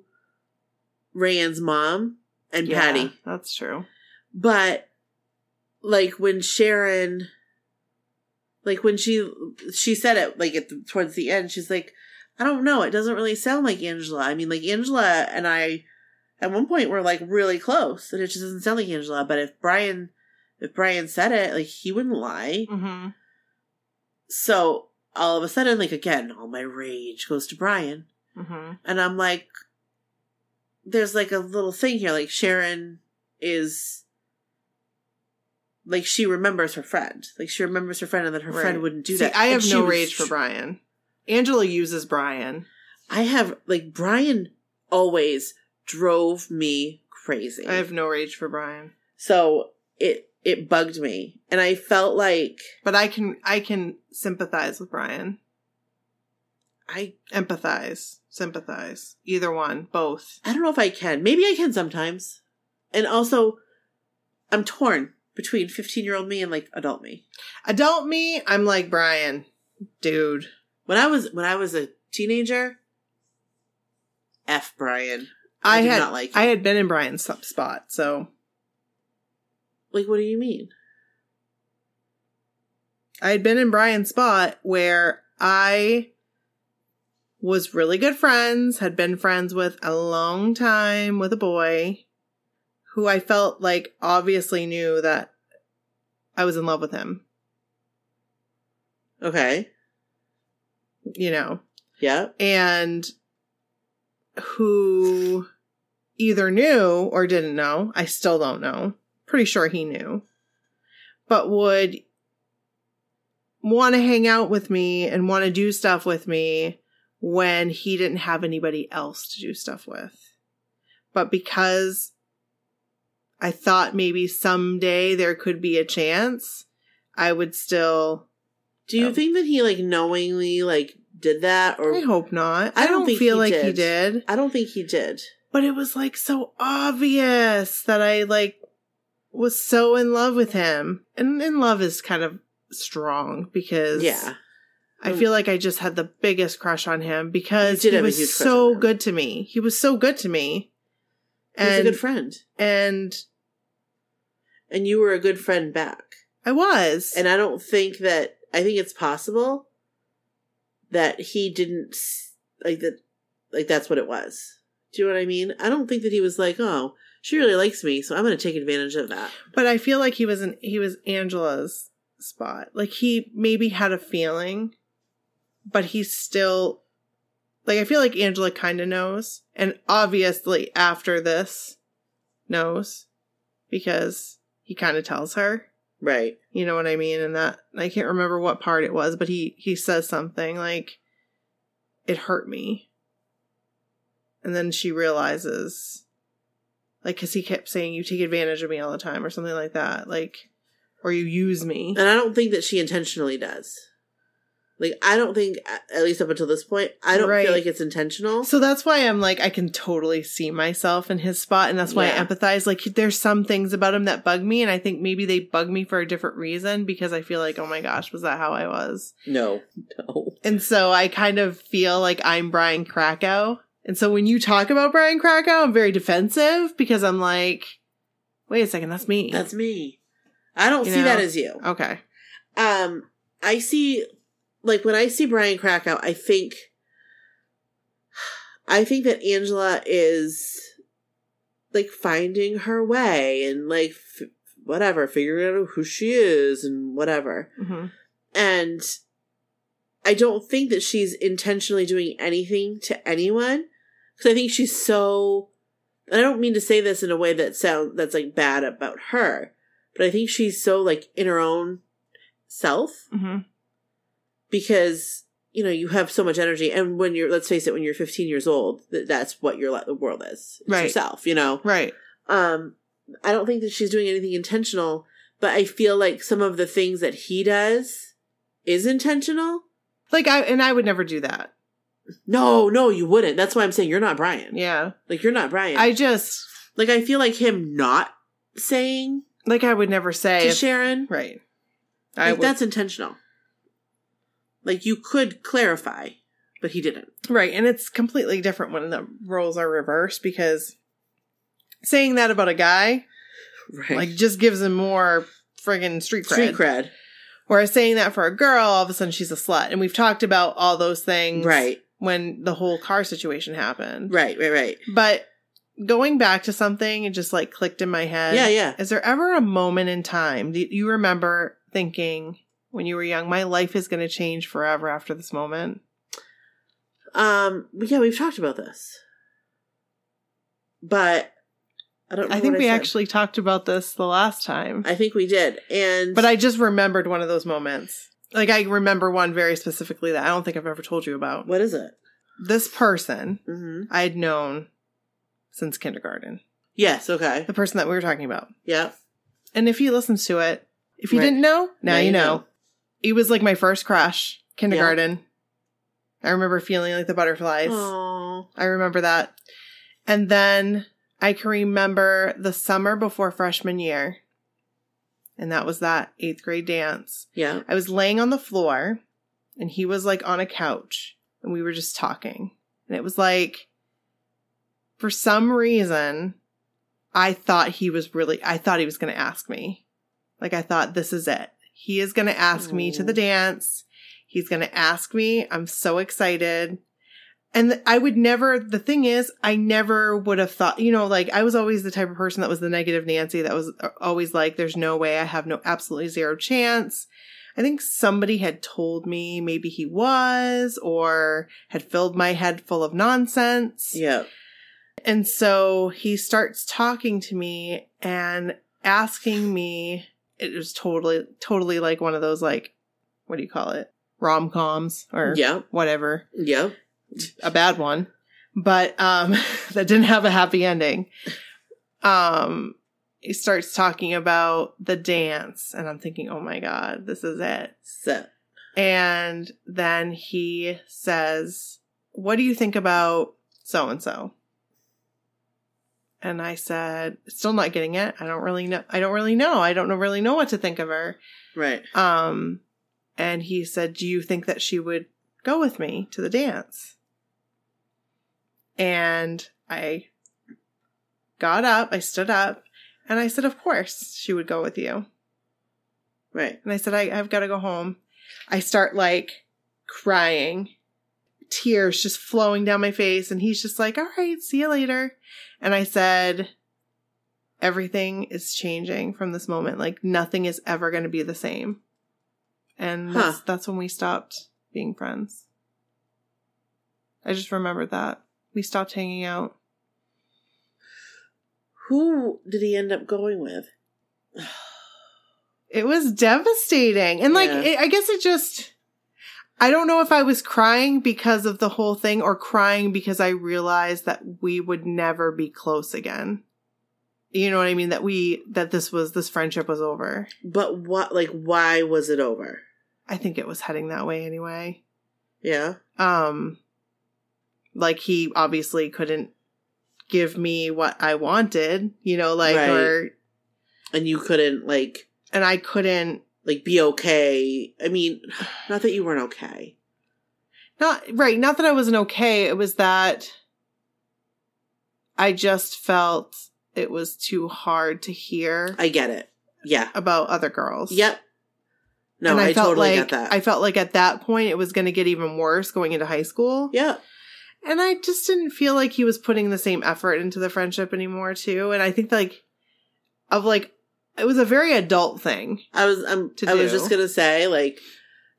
Speaker 1: Rayanne's mom and
Speaker 2: Yeah,
Speaker 1: Patty,
Speaker 2: That's true.
Speaker 1: but like when Sharon, like when she she said it like at the, towards the end, she's like, I don't know, it doesn't really sound like Angela. I mean, like Angela and I, at one point, were like really close, and it just doesn't sound like Angela. But if Brian, if Brian said it, like he wouldn't lie.
Speaker 2: Mm-hmm.
Speaker 1: So all of a sudden, like again, all my rage goes to Brian.
Speaker 2: Mm-hmm.
Speaker 1: And I'm like, there's like a little thing here. Like Sharon is, like she remembers her friend. Like she remembers her friend, and that her friend
Speaker 2: Right.
Speaker 1: wouldn't do
Speaker 2: See,
Speaker 1: that.
Speaker 2: I
Speaker 1: And
Speaker 2: have
Speaker 1: she
Speaker 2: no
Speaker 1: was-
Speaker 2: rage for Brian. Angela uses Brian.
Speaker 1: I have like Brian always drove me crazy.
Speaker 2: I have no rage for Brian.
Speaker 1: so it it bugged me, and I felt like
Speaker 2: But I can I can sympathize with Brian.
Speaker 1: I
Speaker 2: Empathize. Sympathize. Either one. Both.
Speaker 1: I don't know if I can. Maybe I can sometimes, and also I'm torn between 15 year old me and like adult me.
Speaker 2: Adult me, I'm like Brian. Dude.
Speaker 1: When I was when I was a teenager, F Brian. I
Speaker 2: I,
Speaker 1: did
Speaker 2: had
Speaker 1: not like
Speaker 2: I
Speaker 1: him.
Speaker 2: had been in Brian's sup- spot, so
Speaker 1: Like, what do you mean?
Speaker 2: I had been in Brian's spot where I was really good friends, had been friends with a long time with a boy who I felt like obviously knew that I was in love with him,
Speaker 1: Okay.
Speaker 2: you know,
Speaker 1: Yeah.
Speaker 2: and who either knew or didn't know. I still don't know. Pretty sure he knew, but would want to hang out with me and want to do stuff with me when he didn't have anybody else to do stuff with. But because I thought maybe someday there could be a chance, I would still.
Speaker 1: Do you
Speaker 2: Um,
Speaker 1: think that he like knowingly like did that or
Speaker 2: I hope not.
Speaker 1: I
Speaker 2: I,
Speaker 1: don't
Speaker 2: don't
Speaker 1: think
Speaker 2: feel
Speaker 1: he
Speaker 2: like he
Speaker 1: did.
Speaker 2: did.
Speaker 1: I don't think he did.
Speaker 2: but it was like so obvious that I like was so in love with him. And in love is kind of strong because
Speaker 1: Yeah. Mm.
Speaker 2: I feel like I just had the biggest crush on him because
Speaker 1: You did
Speaker 2: he
Speaker 1: have a
Speaker 2: was
Speaker 1: huge crush on
Speaker 2: so
Speaker 1: him.
Speaker 2: good to me. He was so good to me.
Speaker 1: He was a
Speaker 2: And
Speaker 1: good friend.
Speaker 2: and
Speaker 1: And you were a good friend back.
Speaker 2: I was.
Speaker 1: And I don't think that I think it's possible that he didn't s- like that like that's what it was. Do you know what I mean? I don't think that he was like, "Oh, she really likes me, so I'm going to take advantage of that."
Speaker 2: but I feel like he was in he was Angela's spot. Like he maybe had a feeling, but he still like I feel like Angela kind of knows, and obviously after this knows because he kind of tells her.
Speaker 1: Right.
Speaker 2: You know what I mean? And that I can't remember what part it was, but he he says something like, "It hurt me," and then she realizes, like, because he kept saying, "You take advantage of me all the time," or something like that, like, or you use me.
Speaker 1: And I don't think that she intentionally does. Like, I don't think, at least up until this point, I don't
Speaker 2: Right.
Speaker 1: feel like it's intentional.
Speaker 2: So that's why I'm like, I can totally see myself in his spot, and that's why
Speaker 1: Yeah.
Speaker 2: I empathize. Like, there's some things about him that bug me, and I think maybe they bug me for a different reason because I feel like, oh my gosh, was that how I was?
Speaker 1: no, no.
Speaker 2: And so I kind of feel like I'm Brian Krakow. And so when you talk about Brian Krakow, I'm very defensive because I'm like, wait a second, that's me.
Speaker 1: That's me. I don't
Speaker 2: You
Speaker 1: see that
Speaker 2: know?
Speaker 1: as you.
Speaker 2: Okay.
Speaker 1: Um, I see, like when I see Brian Krakow, I think, I think that Angela is like finding her way and like f- whatever, figuring out who she is and whatever.
Speaker 2: hmm
Speaker 1: And I don't think that she's intentionally doing anything to anyone because I think she's so. and I don't mean to say this in a way that sound that's like bad about her, but I think she's so like in her own self
Speaker 2: hmm
Speaker 1: because you know you have so much energy, and when you're let's face it, when you're 15 years old, that that's what your li- the world is, it's
Speaker 2: Right.
Speaker 1: yourself, you know.
Speaker 2: Right.
Speaker 1: Um, I don't think that she's doing anything intentional, but I feel like some of the things that he does is intentional.
Speaker 2: Like I and I would never do that.
Speaker 1: No, no, you wouldn't. That's why I'm saying you're not Brian.
Speaker 2: Yeah.
Speaker 1: Like you're not Brian.
Speaker 2: I just
Speaker 1: like I feel like him not saying
Speaker 2: like I would never say
Speaker 1: to
Speaker 2: if-
Speaker 1: Sharon.
Speaker 2: right. I
Speaker 1: Like
Speaker 2: would,
Speaker 1: that's intentional. Like you could clarify, but he didn't.
Speaker 2: right, and it's completely different when the roles are reversed because saying that about a guy
Speaker 1: Right.
Speaker 2: like just gives him more friggin' street cred.
Speaker 1: street cred.
Speaker 2: Whereas saying that for a girl, all of a sudden she's a slut, and we've talked about all those things
Speaker 1: Right.
Speaker 2: when the whole car situation happened.
Speaker 1: Right. Right. Right.
Speaker 2: But going back to something, it just like clicked in my head.
Speaker 1: yeah. Yeah.
Speaker 2: Is there ever a moment in time that you remember thinking when you were young, my life is going to change forever after this moment?
Speaker 1: Um. but Yeah. We've talked about this, but I don't. Remember
Speaker 2: I think
Speaker 1: what
Speaker 2: we
Speaker 1: said.
Speaker 2: actually talked about this the last time.
Speaker 1: I think we did, and
Speaker 2: but I just remembered one of those moments. Like I remember one very specifically that I don't think I've ever told you about.
Speaker 1: What is it?
Speaker 2: This person
Speaker 1: Mm-hmm.
Speaker 2: I had known since kindergarten.
Speaker 1: Yes. Okay.
Speaker 2: The person that we were talking about.
Speaker 1: Yeah.
Speaker 2: And if he listens to it, if you
Speaker 1: Right.
Speaker 2: didn't know, now,
Speaker 1: Now
Speaker 2: you
Speaker 1: you
Speaker 2: know.
Speaker 1: know.
Speaker 2: He was like my first crush, kindergarten. I remember feeling like the butterflies.
Speaker 1: Aw.
Speaker 2: I remember that. And then I can remember the summer before freshman year. And that was that eighth grade dance.
Speaker 1: Yeah.
Speaker 2: I was laying on the floor and he was like on a couch and we were just talking. And it was like, for some reason, I thought he was really, I thought he was going to ask me. Like, I thought this is it. He is going to ask me to the
Speaker 1: Aw.
Speaker 2: dance. He's going to ask me. I'm so excited. And th- I would never, the thing is, I never would have thought, you know, like I was always the type of person that was the negative Nancy that was uh, always like, there's no way I have no absolutely zero chance. I think somebody had told me maybe he was or had filled my head full of nonsense.
Speaker 1: Yeah.
Speaker 2: And so he starts talking to me and asking me, it was totally, totally like one of those, like, what do you call it? Rom coms or
Speaker 1: Yeah.
Speaker 2: whatever
Speaker 1: Yeah.
Speaker 2: a bad one, but um, that didn't have a happy ending. Um, he starts talking about the dance, and I'm thinking, oh my god, this is it.
Speaker 1: So.
Speaker 2: And then he says, What do you think about so and so? And I said, Still not getting it. I don't really know. I don't really know. I don't know- really know what to think of her.
Speaker 1: Right.
Speaker 2: Um, and he said, Do you think that she would go with me to the dance? And I got up, I stood up, and I said, Of course she would go with you.
Speaker 1: Right.
Speaker 2: And I said, I, I've got to go home. I start like crying, tears just flowing down my face. And he's just like, All right, see you later. And I said, Everything is changing from this moment. Like nothing is ever going to be the same. And
Speaker 1: Huh.
Speaker 2: that's, that's when we stopped being friends. I just remembered that. We stopped hanging out.
Speaker 1: Who did he end up going with?
Speaker 2: It was devastating. And like,
Speaker 1: Yeah.
Speaker 2: it, I guess it just, I don't know if I was crying because of the whole thing or crying because I realized that we would never be close again. You know what I mean? That we, that this was, this friendship was over.
Speaker 1: But what? Like, why was it over?
Speaker 2: I think it was heading that way anyway.
Speaker 1: Yeah.
Speaker 2: Um, like he obviously couldn't give me what I wanted, you know, like,
Speaker 1: Right.
Speaker 2: or,
Speaker 1: And you couldn't like
Speaker 2: and I couldn't
Speaker 1: like be okay. I mean, not that you weren't okay.
Speaker 2: not right not that i wasn't okay it was that i just felt it was too hard to hear
Speaker 1: I get it. Yeah.
Speaker 2: about other girls.
Speaker 1: Yep. No, I, totally get
Speaker 2: like,
Speaker 1: that.
Speaker 2: I felt like at that point it was going to get even worse going into high school.
Speaker 1: yeah.
Speaker 2: And I just didn't feel like he was putting the same effort into the friendship anymore, too. And I think, like, of like, it was a very adult thing.
Speaker 1: I was I'm
Speaker 2: To
Speaker 1: I was
Speaker 2: do.
Speaker 1: just gonna say, like,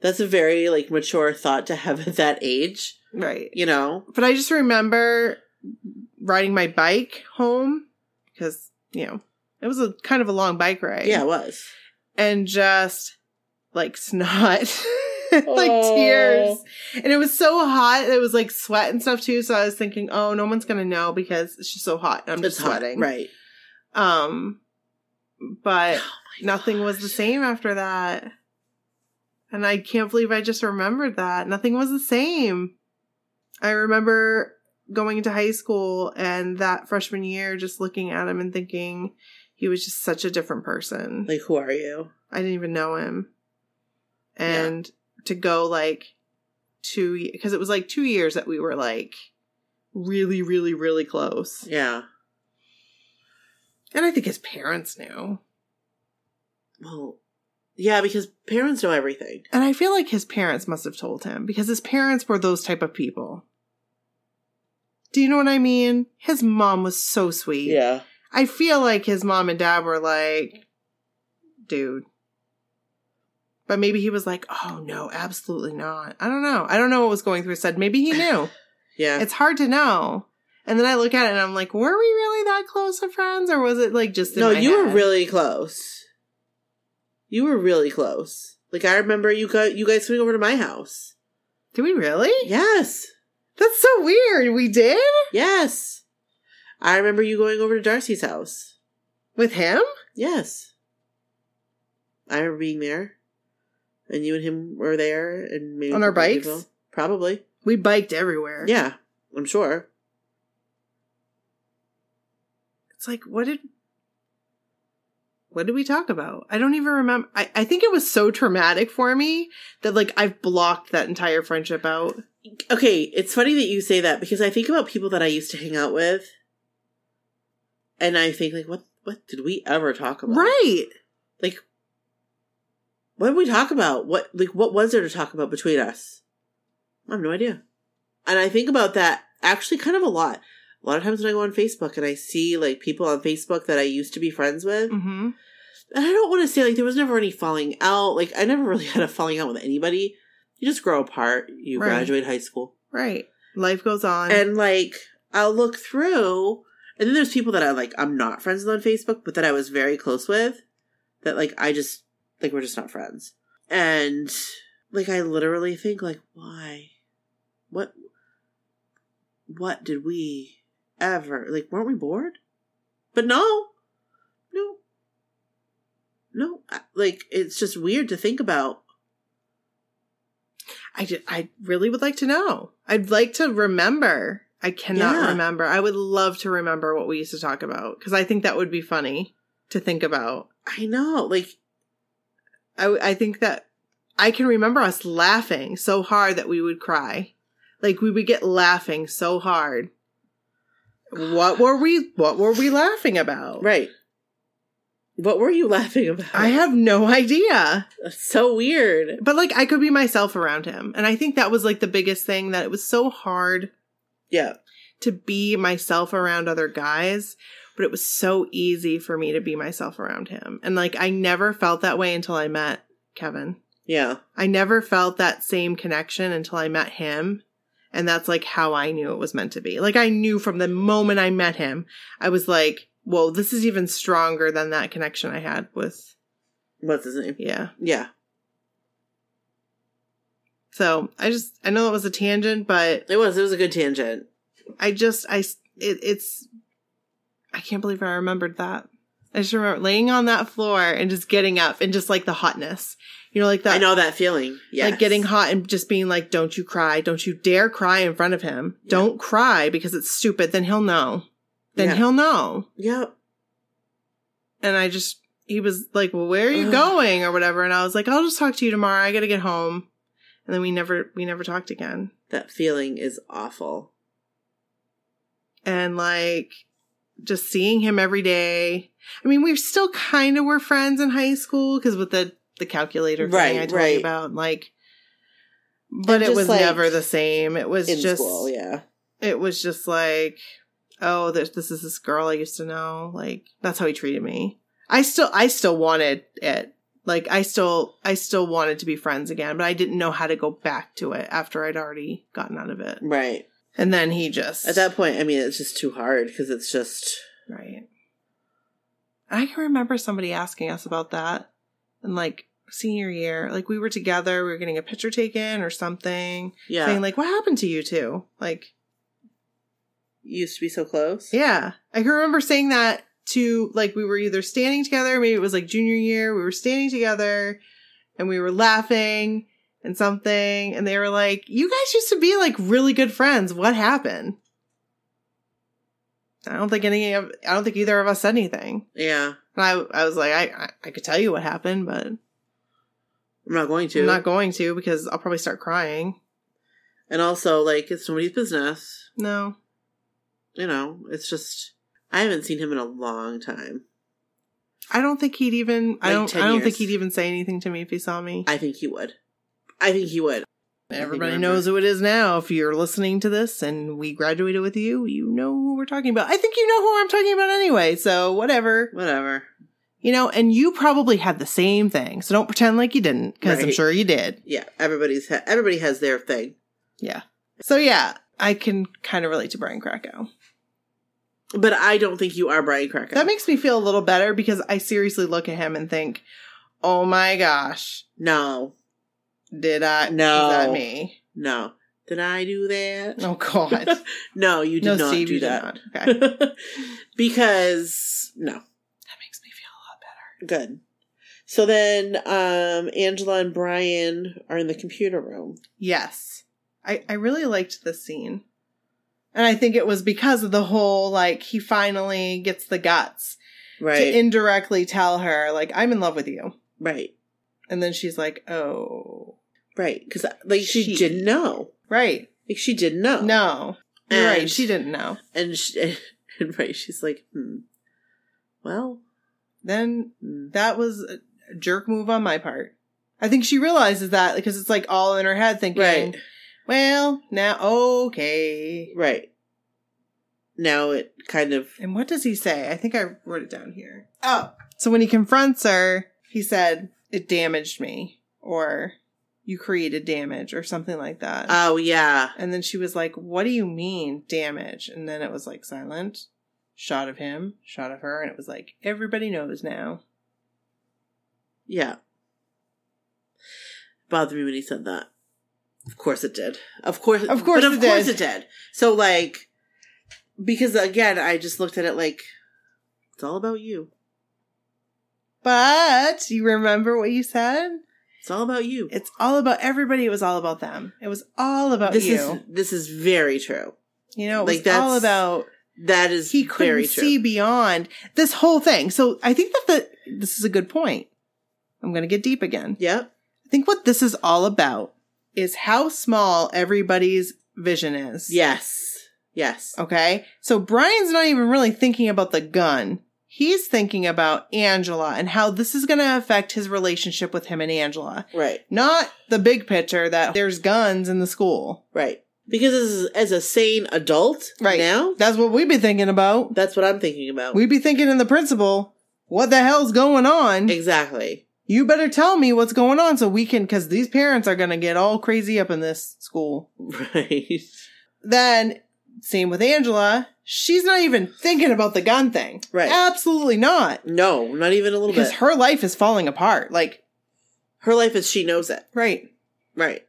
Speaker 1: that's a very like mature thought to have at that age,
Speaker 2: Right.
Speaker 1: you know?
Speaker 2: But I just remember riding my bike home because, you know, it was a kind of a long bike ride.
Speaker 1: Yeah, it was.
Speaker 2: And just like snot, like
Speaker 1: Oh.
Speaker 2: tears. And it was so hot. It was like sweat and stuff too. So I was thinking, oh, no one's going to know because it's just so hot. I'm just
Speaker 1: It's hot,
Speaker 2: sweating.
Speaker 1: Right.
Speaker 2: Um, but
Speaker 1: Oh
Speaker 2: nothing was the same after that. And I can't believe I just remembered that. Nothing was the same. I remember going into high school and that freshman year just looking at him and thinking he was just such a different person.
Speaker 1: Like who are you?
Speaker 2: I didn't even know him.
Speaker 1: Yeah.
Speaker 2: And to go like two, because it was like two years that we were like really, really, really close.
Speaker 1: Yeah.
Speaker 2: And I think his parents knew.
Speaker 1: Well Yeah, because parents know everything.
Speaker 2: And I feel like his parents must have told him because his parents were those type of people. Do you know what I mean? His mom was so sweet.
Speaker 1: Yeah.
Speaker 2: I feel like his mom and dad were like, dude. But maybe he was like, oh no, absolutely not. I don't know. I don't know what was going through his head. Maybe he knew.
Speaker 1: Yeah.
Speaker 2: it's hard to know. And then I look at it and I'm like, were we really that close of friends? Or was it like just in
Speaker 1: no,
Speaker 2: my
Speaker 1: you were
Speaker 2: head?
Speaker 1: really close. You were really close. Like I remember you got you guys coming over to my house.
Speaker 2: Did we really?
Speaker 1: Yes.
Speaker 2: That's so weird. We did?
Speaker 1: Yes. I remember you going over to Darcy's house.
Speaker 2: With him?
Speaker 1: Yes. I remember being there. And you and him were there and maybe
Speaker 2: On our
Speaker 1: a couple
Speaker 2: bikes?
Speaker 1: people. Probably.
Speaker 2: We biked everywhere.
Speaker 1: Yeah. I'm sure.
Speaker 2: It's like, what did what did we talk about? I don't even remember. I, I think it was so traumatic for me that like I've blocked that entire friendship out.
Speaker 1: Okay, it's funny that you say that because I think about people that I used to hang out with and I think like what what did we ever talk about?
Speaker 2: Right.
Speaker 1: like what did we talk about what like what was there to talk about between us i have no idea and i think about that actually kind of a lot a lot of times when i go on facebook and i see like people on facebook that i used to be friends with
Speaker 2: Mm-hmm.
Speaker 1: and i don't want to say like there was never any falling out like i never really had a falling out with anybody you just grow apart you
Speaker 2: Right.
Speaker 1: graduate high school
Speaker 2: Right. Life goes on.
Speaker 1: and like i'll look through and then there's people that i like i'm not friends with on facebook but that i was very close with that like i just like we're just not friends and like i literally think like why what what did we ever like weren't we bored but no no no I- like it's just weird to think about
Speaker 2: I just, I really would like to know. I'd like to remember. I cannot
Speaker 1: Yeah.
Speaker 2: remember. I would love to remember what we used to talk about because I think that would be funny to think about.
Speaker 1: i know like
Speaker 2: I, I think that I can remember us laughing so hard that we would cry. Like we would get laughing so hard. What were we what were we laughing about?
Speaker 1: right what were you laughing about
Speaker 2: I have no idea.
Speaker 1: That's so weird.
Speaker 2: But like I could be myself around him. And I think that was like the biggest thing that it was so hard
Speaker 1: Yeah.
Speaker 2: to be myself around other guys, but it was so easy for me to be myself around him. And like I never felt that way until I met Kevin.
Speaker 1: Yeah.
Speaker 2: I never felt that same connection until I met him. And that's like how I knew it was meant to be. Like I knew from the moment I met him, I was like, whoa, this is even stronger than that connection I had with,
Speaker 1: What's his name?
Speaker 2: yeah.
Speaker 1: Yeah.
Speaker 2: So I just, I know that was a tangent, but
Speaker 1: It was. It was a good tangent.
Speaker 2: I just, I, s- it, it's, I can't believe I remembered that. I just remember laying on that floor and just getting up and just like the hotness, you know, like that.
Speaker 1: I know that feeling. Yeah.
Speaker 2: Like getting hot and just being like, don't you cry. Don't you dare cry in front of him.
Speaker 1: Yeah.
Speaker 2: Don't cry because it's stupid. Then he'll know. Then
Speaker 1: Yeah.
Speaker 2: he'll know.
Speaker 1: Yep.
Speaker 2: And I just, he was like, well, where are you
Speaker 1: Ugh.
Speaker 2: going or whatever. And I was like, I'll just talk to you tomorrow. I got to get home. And then we never, we never talked again.
Speaker 1: That feeling is awful.
Speaker 2: And like, just seeing him every day. I mean, we still kind of were friends in high school because with the the calculator thing
Speaker 1: Right,
Speaker 2: I told
Speaker 1: right.
Speaker 2: you about, like, but
Speaker 1: And
Speaker 2: it
Speaker 1: just,
Speaker 2: was
Speaker 1: like,
Speaker 2: never the same. It was
Speaker 1: in
Speaker 2: just
Speaker 1: school. Yeah.
Speaker 2: it was just like, oh, this this is this girl I used to know. Like that's how he treated me. I still I still wanted it. Like I still I still wanted to be friends again, but I didn't know how to go back to it after I'd already gotten out of it.
Speaker 1: Right.
Speaker 2: And then he just
Speaker 1: At that point, I mean, it's just too hard because it's just
Speaker 2: Right. I can remember somebody asking us about that in like senior year. Like we were together, we were getting a picture taken or something,
Speaker 1: yeah.
Speaker 2: saying like, "What happened to you two? Like,
Speaker 1: you used to be so close.
Speaker 2: yeah. I can remember saying that to like we were either standing together, maybe it was like junior year, we were standing together and we were laughing and something and they were like, "You guys used to be like really good friends. What happened?" I don't think any of I don't think either of us said anything.
Speaker 1: Yeah.
Speaker 2: And I, I was like, I, I, I could tell you what happened, but
Speaker 1: I'm not going to.
Speaker 2: I'm not going to because I'll probably start crying.
Speaker 1: and also, like, it's nobody's business.
Speaker 2: No.
Speaker 1: You know, it's just I haven't seen him in a long time.
Speaker 2: I don't think he'd even, I
Speaker 1: Like
Speaker 2: don't,
Speaker 1: 10
Speaker 2: I don't
Speaker 1: years.
Speaker 2: think he'd even say anything to me if he saw me.
Speaker 1: I think he would. I think he would. I think
Speaker 2: Everybody
Speaker 1: I
Speaker 2: knows who it is now. If you're listening to this and we graduated with you, you know who we're talking about. I think you know who I'm talking about anyway. So whatever,
Speaker 1: Whatever.
Speaker 2: you know, and you probably had the same thing. So don't pretend like you didn't because I'm
Speaker 1: Right.
Speaker 2: sure you did.
Speaker 1: Yeah. Everybody's ha- everybody has their thing.
Speaker 2: So yeah, I can kind of relate to Brian Krakow.
Speaker 1: But I don't think you are Brian Krakow.
Speaker 2: That makes me feel a little better because I seriously look at him and think, "Oh my gosh,
Speaker 1: no,
Speaker 2: did I?
Speaker 1: No.
Speaker 2: is that me?
Speaker 1: no. Did I do that?
Speaker 2: Oh God,
Speaker 1: No, you did
Speaker 2: no,
Speaker 1: not
Speaker 2: Steve,
Speaker 1: do
Speaker 2: you did
Speaker 1: that.
Speaker 2: not. Okay, that
Speaker 1: because no,
Speaker 2: makes me feel a lot better.
Speaker 1: good. So then, um, Angela and Brian are in the computer room.
Speaker 2: Yes, I I really liked this scene, and I think it was because of the whole like he finally gets the guts to indirectly tell her like I'm in love with you,
Speaker 1: right.
Speaker 2: and then she's like, "Oh,
Speaker 1: Right. Because, like, she,
Speaker 2: She-
Speaker 1: didn't know.
Speaker 2: right,
Speaker 1: Like, she didn't know.
Speaker 2: no." You're
Speaker 1: And-
Speaker 2: right. She didn't know.
Speaker 1: And, she, and right, she's like, hmm. Well,
Speaker 2: Then
Speaker 1: hmm.
Speaker 2: that was a jerk move on my part. I think she realizes that because it's like all in her head thinking,
Speaker 1: right.
Speaker 2: well, now, okay.
Speaker 1: Right. Now it kind of.
Speaker 2: And what does he say? I think I wrote it down here. Oh. So when he confronts her, he said, it damaged me or you created damage or something like that.
Speaker 1: Oh, yeah.
Speaker 2: and then she was like, what do you mean damage? And then it was like silent. Shot of him, shot of her, and it was like, everybody knows now.
Speaker 1: Yeah. Bothered me when he said that. Of course it did. Of course.
Speaker 2: Of course
Speaker 1: But of
Speaker 2: it
Speaker 1: course
Speaker 2: did.
Speaker 1: it did. So, like, because again, I just looked at it like, it's all about you.
Speaker 2: But you remember what you said?
Speaker 1: It's all about you.
Speaker 2: It's all about everybody. It was all about them. It was all about
Speaker 1: this
Speaker 2: you.
Speaker 1: is this is very true.
Speaker 2: you know, it
Speaker 1: like,
Speaker 2: was all
Speaker 1: that's
Speaker 2: about
Speaker 1: That is
Speaker 2: he
Speaker 1: very
Speaker 2: couldn't
Speaker 1: true.
Speaker 2: see beyond this whole thing. So I think that the this is a good point. I'm going to get deep again.
Speaker 1: Yep.
Speaker 2: I think what this is all about is how small everybody's vision is.
Speaker 1: Yes.
Speaker 2: Oh.
Speaker 1: Yes.
Speaker 2: Okay. So Brian's not even really thinking about the gun. He's thinking about Angela and how this is going to affect his relationship with him and Angela,
Speaker 1: Right.
Speaker 2: not the big picture that there's guns in the school.
Speaker 1: Right. Because as, as a sane adult
Speaker 2: Right.
Speaker 1: now,
Speaker 2: That's what we'd be thinking about.
Speaker 1: that's what I'm thinking about.
Speaker 2: We'd be thinking in the principal, what the hell's going on?
Speaker 1: exactly.
Speaker 2: You better tell me what's going on so we can, because these parents are going to get all crazy up in this school.
Speaker 1: Right.
Speaker 2: Then, same with Angela. She's not even thinking about the gun thing.
Speaker 1: Right.
Speaker 2: Absolutely not.
Speaker 1: No, not even a little
Speaker 2: Because
Speaker 1: bit. Her-,
Speaker 2: her life is falling apart. Like,
Speaker 1: life is she knows it.
Speaker 2: right.
Speaker 1: Right.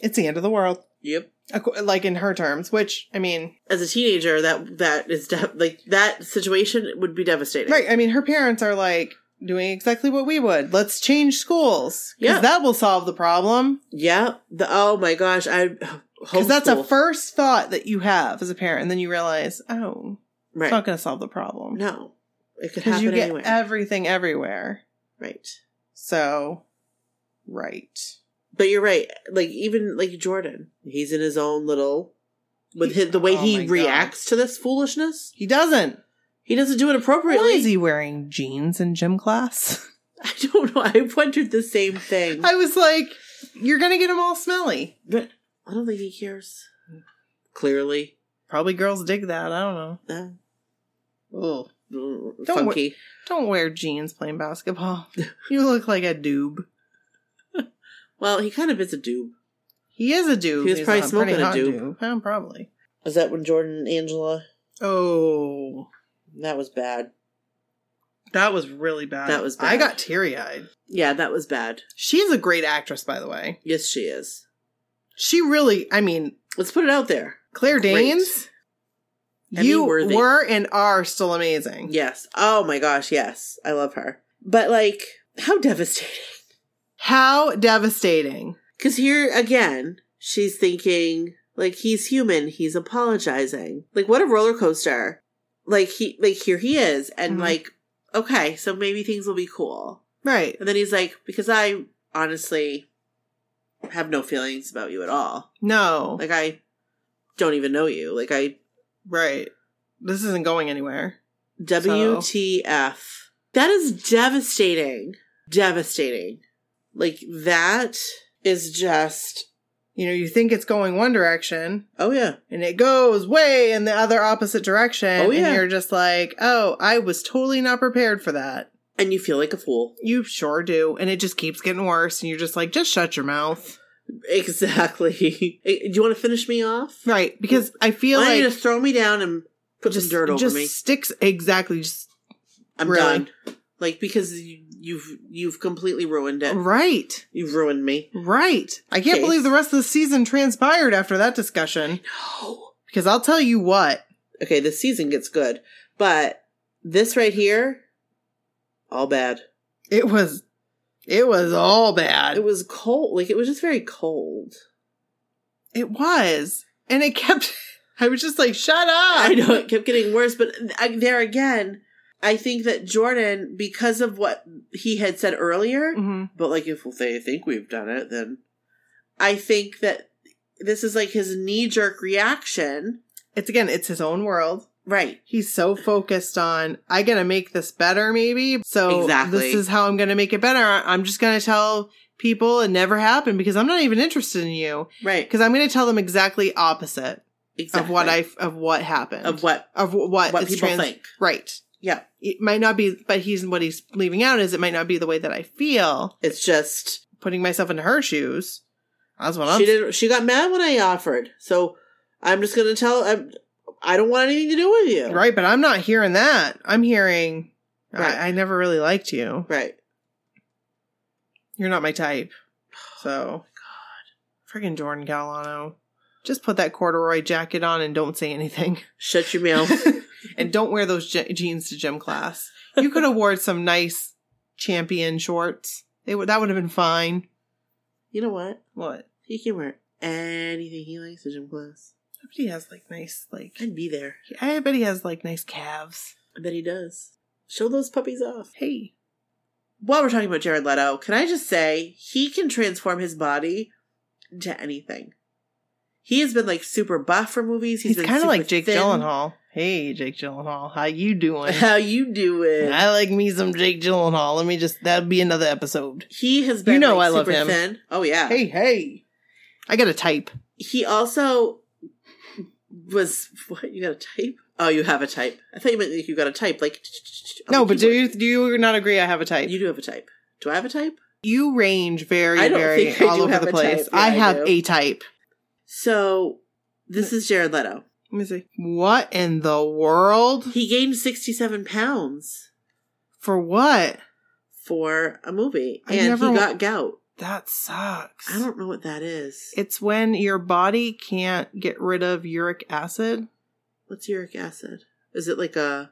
Speaker 2: It's the end of the world.
Speaker 1: Yep.
Speaker 2: Ac- Like, in her terms, which, I mean,
Speaker 1: As a teenager, that that is de- like that situation would be devastating.
Speaker 2: Right. I mean, her parents are like doing exactly what we would. Let's change schools. Because
Speaker 1: Yeah.
Speaker 2: that will solve the problem.
Speaker 1: Yeah. The oh my gosh, I
Speaker 2: Because that's a
Speaker 1: homeschool.
Speaker 2: first thought that you have as a parent. And then you realize, oh,
Speaker 1: right.
Speaker 2: it's not going to solve the problem.
Speaker 1: no, it could
Speaker 2: Because
Speaker 1: happen
Speaker 2: you get
Speaker 1: anywhere.
Speaker 2: everything everywhere.
Speaker 1: right.
Speaker 2: So, right.
Speaker 1: But you're right. Like even like Jordan, he's in his own little with his, the way
Speaker 2: Oh my
Speaker 1: he
Speaker 2: God.
Speaker 1: reacts to this foolishness.
Speaker 2: He doesn't.
Speaker 1: He, He doesn't do it appropriately.
Speaker 2: Why is he wearing jeans in gym class?
Speaker 1: I don't know. I wondered the same thing.
Speaker 2: I was like, you're gonna get them all smelly.
Speaker 1: but I don't think he cares. Clearly.
Speaker 2: Probably girls dig that. I don't know.
Speaker 1: Uh,
Speaker 2: Oh,
Speaker 1: mm,
Speaker 2: Don't wor-
Speaker 1: funky.
Speaker 2: don't wear jeans playing basketball. you look like a doob.
Speaker 1: well, he kind of is a dupe.
Speaker 2: He is a doob.
Speaker 1: He was probably
Speaker 2: a pretty
Speaker 1: smoking a
Speaker 2: hot
Speaker 1: doob.
Speaker 2: Yeah, probably.
Speaker 1: Is that when Jordan and Angela?
Speaker 2: Oh,
Speaker 1: That was bad.
Speaker 2: that was really bad.
Speaker 1: That was
Speaker 2: I
Speaker 1: bad.
Speaker 2: got teary eyed.
Speaker 1: Yeah, that was bad.
Speaker 2: She's a great actress, by the way.
Speaker 1: Yes, she is.
Speaker 2: She really, I mean,
Speaker 1: Let's put it out there.
Speaker 2: Claire
Speaker 1: Great.
Speaker 2: Danes,
Speaker 1: Emmy
Speaker 2: you
Speaker 1: worthy.
Speaker 2: were and are still amazing.
Speaker 1: Yes. Oh my gosh, yes. I love her. But like, how devastating.
Speaker 2: How devastating.
Speaker 1: Because here again, she's thinking like he's human. He's apologizing. Like what a roller coaster. Like he like here he is, and
Speaker 2: Mhm.
Speaker 1: like okay, so maybe things will be cool.
Speaker 2: Right.
Speaker 1: And then he's like, because I honestly have no feelings about you at all.
Speaker 2: No.
Speaker 1: Like I don't even know you. Like I
Speaker 2: right. This isn't going anywhere.
Speaker 1: WTF. That is devastating. Devastating. Like that is just
Speaker 2: You know, you think it's going one direction
Speaker 1: oh yeah.
Speaker 2: and it goes way in the other opposite direction.
Speaker 1: Oh, yeah.
Speaker 2: And you're just like, oh, I was totally not prepared for that.
Speaker 1: And you feel like a fool.
Speaker 2: You sure do. And it just keeps getting worse. And you're just like, just shut your mouth.
Speaker 1: Exactly. Eh, Do you want to finish me off?
Speaker 2: Right. Because I feel
Speaker 1: Why don't you
Speaker 2: like
Speaker 1: just throw me down and put
Speaker 2: just,
Speaker 1: some dirt over
Speaker 2: just
Speaker 1: me?
Speaker 2: sticks exactly. Just
Speaker 1: I'm
Speaker 2: really?
Speaker 1: done. Like because you, you've you've completely ruined it.
Speaker 2: right.
Speaker 1: You've ruined me.
Speaker 2: Right. I can't
Speaker 1: Okay.
Speaker 2: believe the rest of the season transpired after that discussion.
Speaker 1: No.
Speaker 2: Because I'll tell you what,
Speaker 1: Okay, this season gets good, but this right here, all bad.
Speaker 2: it was, it was all bad.
Speaker 1: It was cold. Like it was just very cold.
Speaker 2: It was. And it kept, I was just like, shut up.
Speaker 1: I know it kept getting worse, but I, there again, I think that Jordan, because of what he had said earlier,
Speaker 2: Mhm.
Speaker 1: but like if they think we've done it, then I think that this is like his knee jerk reaction.
Speaker 2: It's again, it's his own world.
Speaker 1: Right.
Speaker 2: He's so focused on, I gotta make this better, maybe. So
Speaker 1: Exactly.
Speaker 2: this is how I'm gonna make it better. I'm just gonna tell people it never happened because I'm not even interested in you.
Speaker 1: Right.
Speaker 2: Because I'm gonna tell them exactly opposite
Speaker 1: Exactly.
Speaker 2: of what I of what happened
Speaker 1: of what
Speaker 2: of wh- what
Speaker 1: what
Speaker 2: is
Speaker 1: people
Speaker 2: trans-
Speaker 1: think.
Speaker 2: right.
Speaker 1: Yeah.
Speaker 2: It might not be, but he's what he's leaving out is it might not be the way that I feel.
Speaker 1: It's just
Speaker 2: Putting myself in her shoes. That's what I'm
Speaker 1: she did. She got mad when I offered, so I'm just gonna tell. I'm, I don't want anything to do with you.
Speaker 2: Right, but I'm not hearing that. I'm hearing
Speaker 1: Right.
Speaker 2: I, I never really liked you.
Speaker 1: Right.
Speaker 2: You're not my type.
Speaker 1: Oh
Speaker 2: So God. Friggin' Jordan Galano. Just put that corduroy jacket on and don't say anything.
Speaker 1: Shut your mouth.
Speaker 2: and don't wear those je- jeans to gym class. You could have worn some nice champion shorts. They would that would have been fine.
Speaker 1: you know what?
Speaker 2: What?
Speaker 1: He can wear anything he likes in gym class.
Speaker 2: I bet he has like nice like
Speaker 1: I'd be there.
Speaker 2: I bet he has like nice calves.
Speaker 1: I bet he does. Show those puppies off.
Speaker 2: Hey.
Speaker 1: While we're talking about Jared Leto, can I just say he can transform his body into anything. He has been like super buff for movies.
Speaker 2: He's,
Speaker 1: been
Speaker 2: kind of
Speaker 1: super
Speaker 2: like Jake
Speaker 1: thin.
Speaker 2: Gyllenhaal. Hey, Jake Gyllenhaal, how you doing?
Speaker 1: How you do it?
Speaker 2: I like me some Jake Gyllenhaal. Let me just that'd be another episode.
Speaker 1: He has been
Speaker 2: You know
Speaker 1: like,
Speaker 2: I love
Speaker 1: super
Speaker 2: him.
Speaker 1: thin. Oh yeah.
Speaker 2: Hey, hey. I got a type.
Speaker 1: He also was what you got a type? Oh, you have a type. I thought you meant like, you got a type. Like on
Speaker 2: no,
Speaker 1: the
Speaker 2: but do
Speaker 1: keyboard.
Speaker 2: you do you not agree I have a type?
Speaker 1: You
Speaker 2: You,
Speaker 1: do have a type. Do I have a type?
Speaker 2: range very,
Speaker 1: I don't
Speaker 2: very
Speaker 1: think I
Speaker 2: all
Speaker 1: do
Speaker 2: over
Speaker 1: have
Speaker 2: the
Speaker 1: a
Speaker 2: place.
Speaker 1: type. Yeah,
Speaker 2: I
Speaker 1: I
Speaker 2: have
Speaker 1: do.
Speaker 2: a type.
Speaker 1: So this is Jared Leto.
Speaker 2: Let me see. What in the world?
Speaker 1: He gained sixty-seven pounds.
Speaker 2: For what?
Speaker 1: for a movie
Speaker 2: I
Speaker 1: and
Speaker 2: never
Speaker 1: he
Speaker 2: wa-
Speaker 1: got gout.
Speaker 2: That sucks.
Speaker 1: I don't know what that is.
Speaker 2: it's when your body can't get rid of uric acid.
Speaker 1: What's uric acid? Is it like a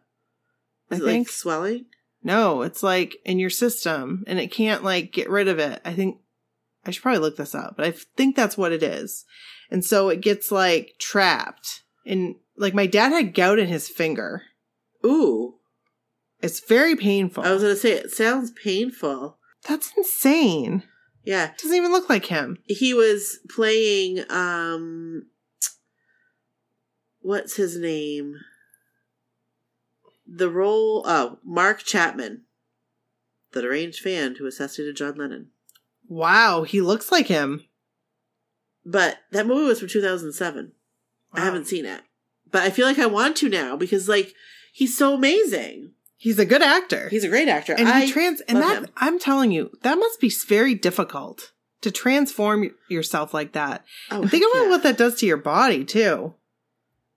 Speaker 2: I
Speaker 1: is it
Speaker 2: think.
Speaker 1: like swelling?
Speaker 2: No, it's like in your system and it can't like get rid of it. I think I should probably look this up, but I think that's what it is. And so it gets like trapped. And like my dad had gout in his finger.
Speaker 1: Ooh.
Speaker 2: It's very painful.
Speaker 1: I was gonna say Oh, it sounds painful.
Speaker 2: that's insane.
Speaker 1: Yeah.
Speaker 2: Doesn't even look like him.
Speaker 1: He was playing um what's his name? The role of Mark Chapman, the deranged fan who assassinated John Lennon.
Speaker 2: Wow, he looks like him.
Speaker 1: But that movie was from 2007. I
Speaker 2: Wow.
Speaker 1: haven't seen it. But I feel like I want to now because, like, he's so amazing.
Speaker 2: He's a good actor.
Speaker 1: He's a great actor.
Speaker 2: and
Speaker 1: I,
Speaker 2: he trans and
Speaker 1: love
Speaker 2: that
Speaker 1: him.
Speaker 2: I'm telling you, that must be very difficult to transform yourself like that.
Speaker 1: oh,
Speaker 2: And think
Speaker 1: heck
Speaker 2: about
Speaker 1: yeah.
Speaker 2: what that does to your body too.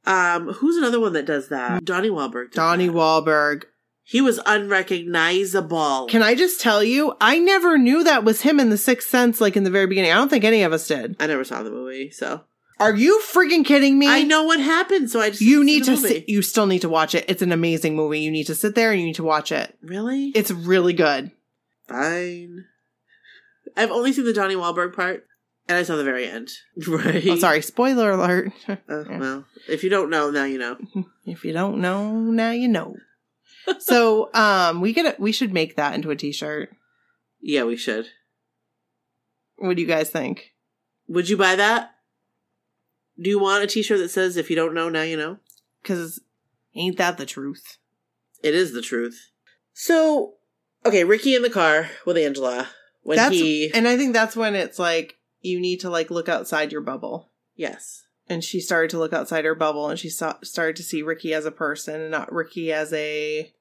Speaker 1: Um, who's another one that does that? Donnie Wahlberg. did
Speaker 2: Donnie
Speaker 1: that.
Speaker 2: Wahlberg.
Speaker 1: He was unrecognizable.
Speaker 2: Can I just tell you, I never knew that was him in The Sixth Sense like in the very beginning. I don't think any of us did.
Speaker 1: I never saw the movie, so
Speaker 2: Are you freaking kidding me?
Speaker 1: I know what happened. So I just
Speaker 2: You
Speaker 1: didn't see
Speaker 2: need
Speaker 1: the
Speaker 2: to
Speaker 1: movie.
Speaker 2: sit, you still need to watch it. It's an amazing movie. You need to sit there and you need to watch it.
Speaker 1: Really?
Speaker 2: It's really good.
Speaker 1: fine. I've only seen the Johnny Wahlberg part, and I saw the very end. Right.
Speaker 2: Oh, sorry, spoiler alert.
Speaker 1: Uh, well, if you don't know, now you know.
Speaker 2: if you don't know, now you know. so, um, we get we should make that into a t-shirt.
Speaker 1: Yeah, we should.
Speaker 2: What do you guys think?
Speaker 1: Would you buy that? Do you want a T-shirt that says "If you don't know, now you know"?
Speaker 2: Because ain't that the truth?
Speaker 1: It is the truth. So, okay, Ricky in the car with Angela when
Speaker 2: that's
Speaker 1: he
Speaker 2: and I think that's when it's like you need to like look outside your bubble.
Speaker 1: yes,
Speaker 2: And she started to look outside her bubble, and she saw, started to see Ricky as a person, and not Ricky as a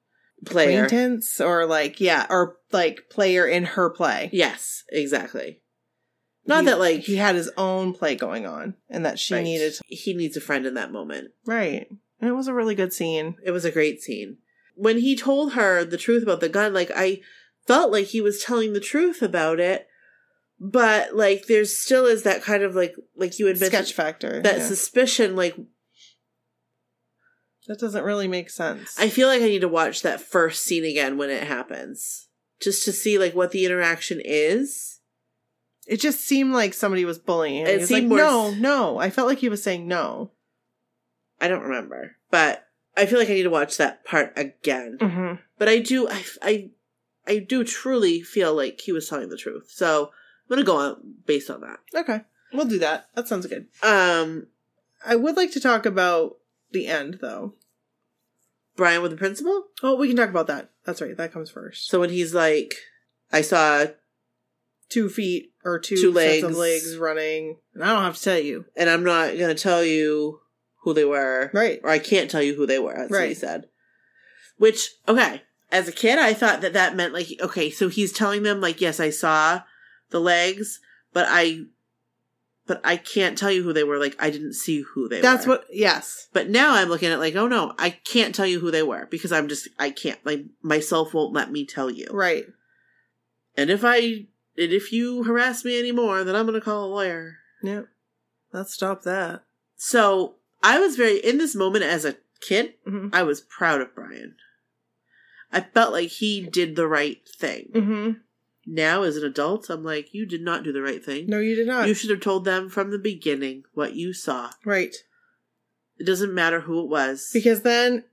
Speaker 1: player.
Speaker 2: acquaintance or like yeah or like player in her play
Speaker 1: Yes, exactly. Not
Speaker 2: He-
Speaker 1: that like
Speaker 2: he had his own play going on and that she
Speaker 1: right.
Speaker 2: needed
Speaker 1: He needs a friend in that moment.
Speaker 2: right and it was a really good scene
Speaker 1: It was a great scene. When he told her the truth about the gun, like I felt like he was telling the truth about it, but like there still is that kind of like like you had mentioned
Speaker 2: sketch factor
Speaker 1: that
Speaker 2: yeah.
Speaker 1: suspicion. Like
Speaker 2: that doesn't really make sense
Speaker 1: I feel like I need to watch that first scene again when it happens, just to see like what the interaction is.
Speaker 2: it just seemed like somebody was bullying him.
Speaker 1: It
Speaker 2: He was
Speaker 1: seemed
Speaker 2: like,
Speaker 1: worse.
Speaker 2: no no i felt like he was saying no
Speaker 1: I don't remember, but I feel like I need to watch that part again.
Speaker 2: mm-hmm.
Speaker 1: But I do, I, I, I do truly feel like he was telling the truth. So I'm gonna go on based on that.
Speaker 2: okay we'll do that that sounds good
Speaker 1: Um,
Speaker 2: i would like to talk about the end though
Speaker 1: Brian with the principal.
Speaker 2: oh we can talk about that that's right that comes first
Speaker 1: So when he's like, I saw,
Speaker 2: two feet or two,
Speaker 1: Two legs.
Speaker 2: sets of legs running and i don't have to tell you
Speaker 1: and I'm not gonna tell you who they were,
Speaker 2: right
Speaker 1: or I can't tell you who they were. That's what he
Speaker 2: Right.
Speaker 1: said. Which okay, as a kid, I thought that that meant like okay, so he's telling them like, yes, I saw the legs, but I, but I can't tell you who they were. Like I didn't see who they.
Speaker 2: that's
Speaker 1: were.
Speaker 2: what yes
Speaker 1: But now I'm looking at it like, oh no, I can't tell you who they were because I'm just I can't like myself won't let me tell you.
Speaker 2: right
Speaker 1: And if I and if you harass me anymore, then I'm gonna call a lawyer.
Speaker 2: Yep. Let's stop that.
Speaker 1: So I was very in this moment as a kid.
Speaker 2: Mm-hmm.
Speaker 1: I was proud of Brian. I felt like he did the right thing.
Speaker 2: Mm-hmm.
Speaker 1: Now as an adult, I'm like, you did not do the right thing.
Speaker 2: No, you did not.
Speaker 1: You should have told them from the beginning what you saw.
Speaker 2: right.
Speaker 1: It doesn't matter who it was.
Speaker 2: Because then,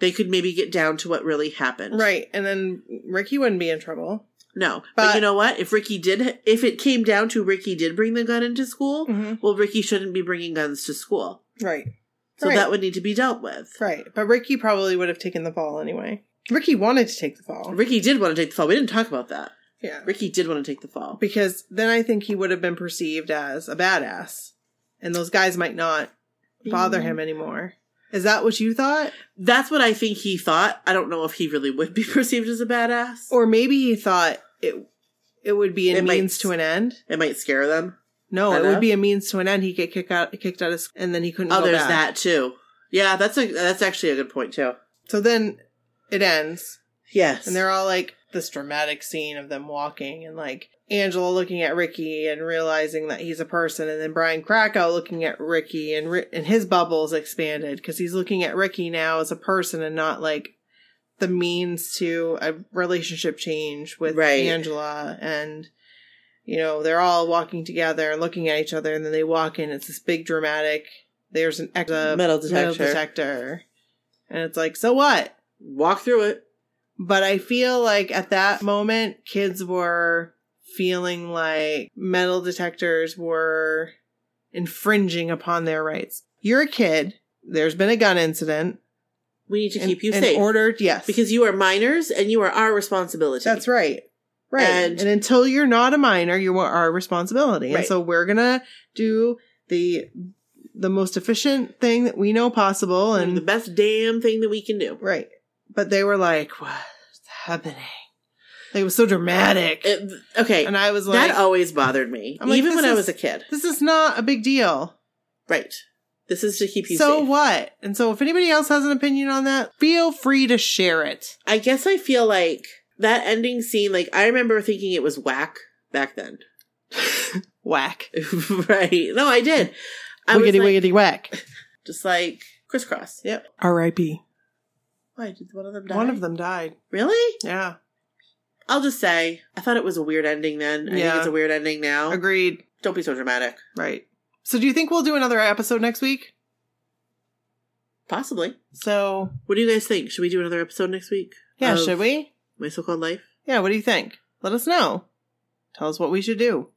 Speaker 1: they could maybe get down to what really happened.
Speaker 2: right. And then Ricky wouldn't be in trouble.
Speaker 1: No. But,
Speaker 2: But-
Speaker 1: you know what? If Ricky did, if it came down to Ricky did bring the gun into school,
Speaker 2: Mm-hmm.
Speaker 1: well, Ricky shouldn't be bringing guns to school.
Speaker 2: Right.
Speaker 1: So
Speaker 2: Right.
Speaker 1: that would need to be dealt with.
Speaker 2: Right. But Ricky probably would have taken the fall anyway. Ricky wanted to take the fall.
Speaker 1: Ricky did want to take the fall. We didn't talk about that.
Speaker 2: Yeah.
Speaker 1: Ricky did want to take the fall.
Speaker 2: Because then I think he would have been perceived as a badass. And those guys might not bother him anymore. Is that what you thought?
Speaker 1: That's what I think he thought. I don't know if he really would be perceived as a badass.
Speaker 2: Or maybe he thought it it would be a
Speaker 1: It might-
Speaker 2: means to an end?
Speaker 1: it might scare them.
Speaker 2: No, it
Speaker 1: Enough?
Speaker 2: would be a means to an end. He'd get kicked out, kicked out of school, and then he couldn't.
Speaker 1: Oh,
Speaker 2: go
Speaker 1: there's
Speaker 2: back.
Speaker 1: that too. Yeah, that's a that's actually a good point too.
Speaker 2: So then it ends,
Speaker 1: Yes.
Speaker 2: and they're all like this dramatic scene of them walking, and like Angela looking at Ricky and realizing that he's a person, and then Brian Krakow looking at Ricky, and ri- and his bubbles expanded because he's looking at Ricky now as a person and not like the means to a relationship change with
Speaker 1: Right.
Speaker 2: Angela and. You know, they're all walking together and looking at each other, and then they walk in. It's this big dramatic. There's an ex- a
Speaker 1: metal
Speaker 2: metal
Speaker 1: detector.
Speaker 2: detector. And it's like, so what?
Speaker 1: Walk through it.
Speaker 2: But I feel like at that moment, kids were feeling like metal detectors were infringing upon their rights. You're a kid. There's been a gun incident.
Speaker 1: We need to
Speaker 2: and-
Speaker 1: keep you
Speaker 2: and
Speaker 1: safe
Speaker 2: ordered, yes.
Speaker 1: because you are minors and you are our responsibility.
Speaker 2: That's right. Right. And,
Speaker 1: And-
Speaker 2: until you're not a minor, you are our responsibility. And
Speaker 1: Right.
Speaker 2: so we're gonna do the the most efficient thing that we know possible
Speaker 1: Doing
Speaker 2: and
Speaker 1: the best damn thing that we can do.
Speaker 2: right. But they were like, What's happening? Like, it was so dramatic.
Speaker 1: It- okay,
Speaker 2: and I was like
Speaker 1: that always bothered me,
Speaker 2: I'm like,
Speaker 1: even
Speaker 2: this
Speaker 1: when I
Speaker 2: is-
Speaker 1: was a kid.
Speaker 2: This is not a big deal.
Speaker 1: Right. This is to keep you
Speaker 2: So
Speaker 1: safe.
Speaker 2: what? And so if anybody else has an opinion on that, feel free to share it.
Speaker 1: I guess I feel like that ending scene. Like I remember thinking it was whack back then.
Speaker 2: Whack.
Speaker 1: right? No, I did. I was
Speaker 2: wiggity
Speaker 1: like,
Speaker 2: wiggity whack.
Speaker 1: just like crisscross. Yep.
Speaker 2: R.I.P.
Speaker 1: Why did one of them die?
Speaker 2: One of them died.
Speaker 1: Really?
Speaker 2: Yeah.
Speaker 1: I'll just say I thought it was a weird ending then. I
Speaker 2: Yeah.
Speaker 1: think it's a weird ending now.
Speaker 2: Agreed.
Speaker 1: Don't be so dramatic.
Speaker 2: Right. So do you think we'll do another episode next week?
Speaker 1: Possibly.
Speaker 2: So
Speaker 1: What do you guys think? Should we do another episode next week?
Speaker 2: yeah,
Speaker 1: Of
Speaker 2: should we?
Speaker 1: My so-called life.
Speaker 2: Yeah, what do you think? Let us know. Tell us what we should do.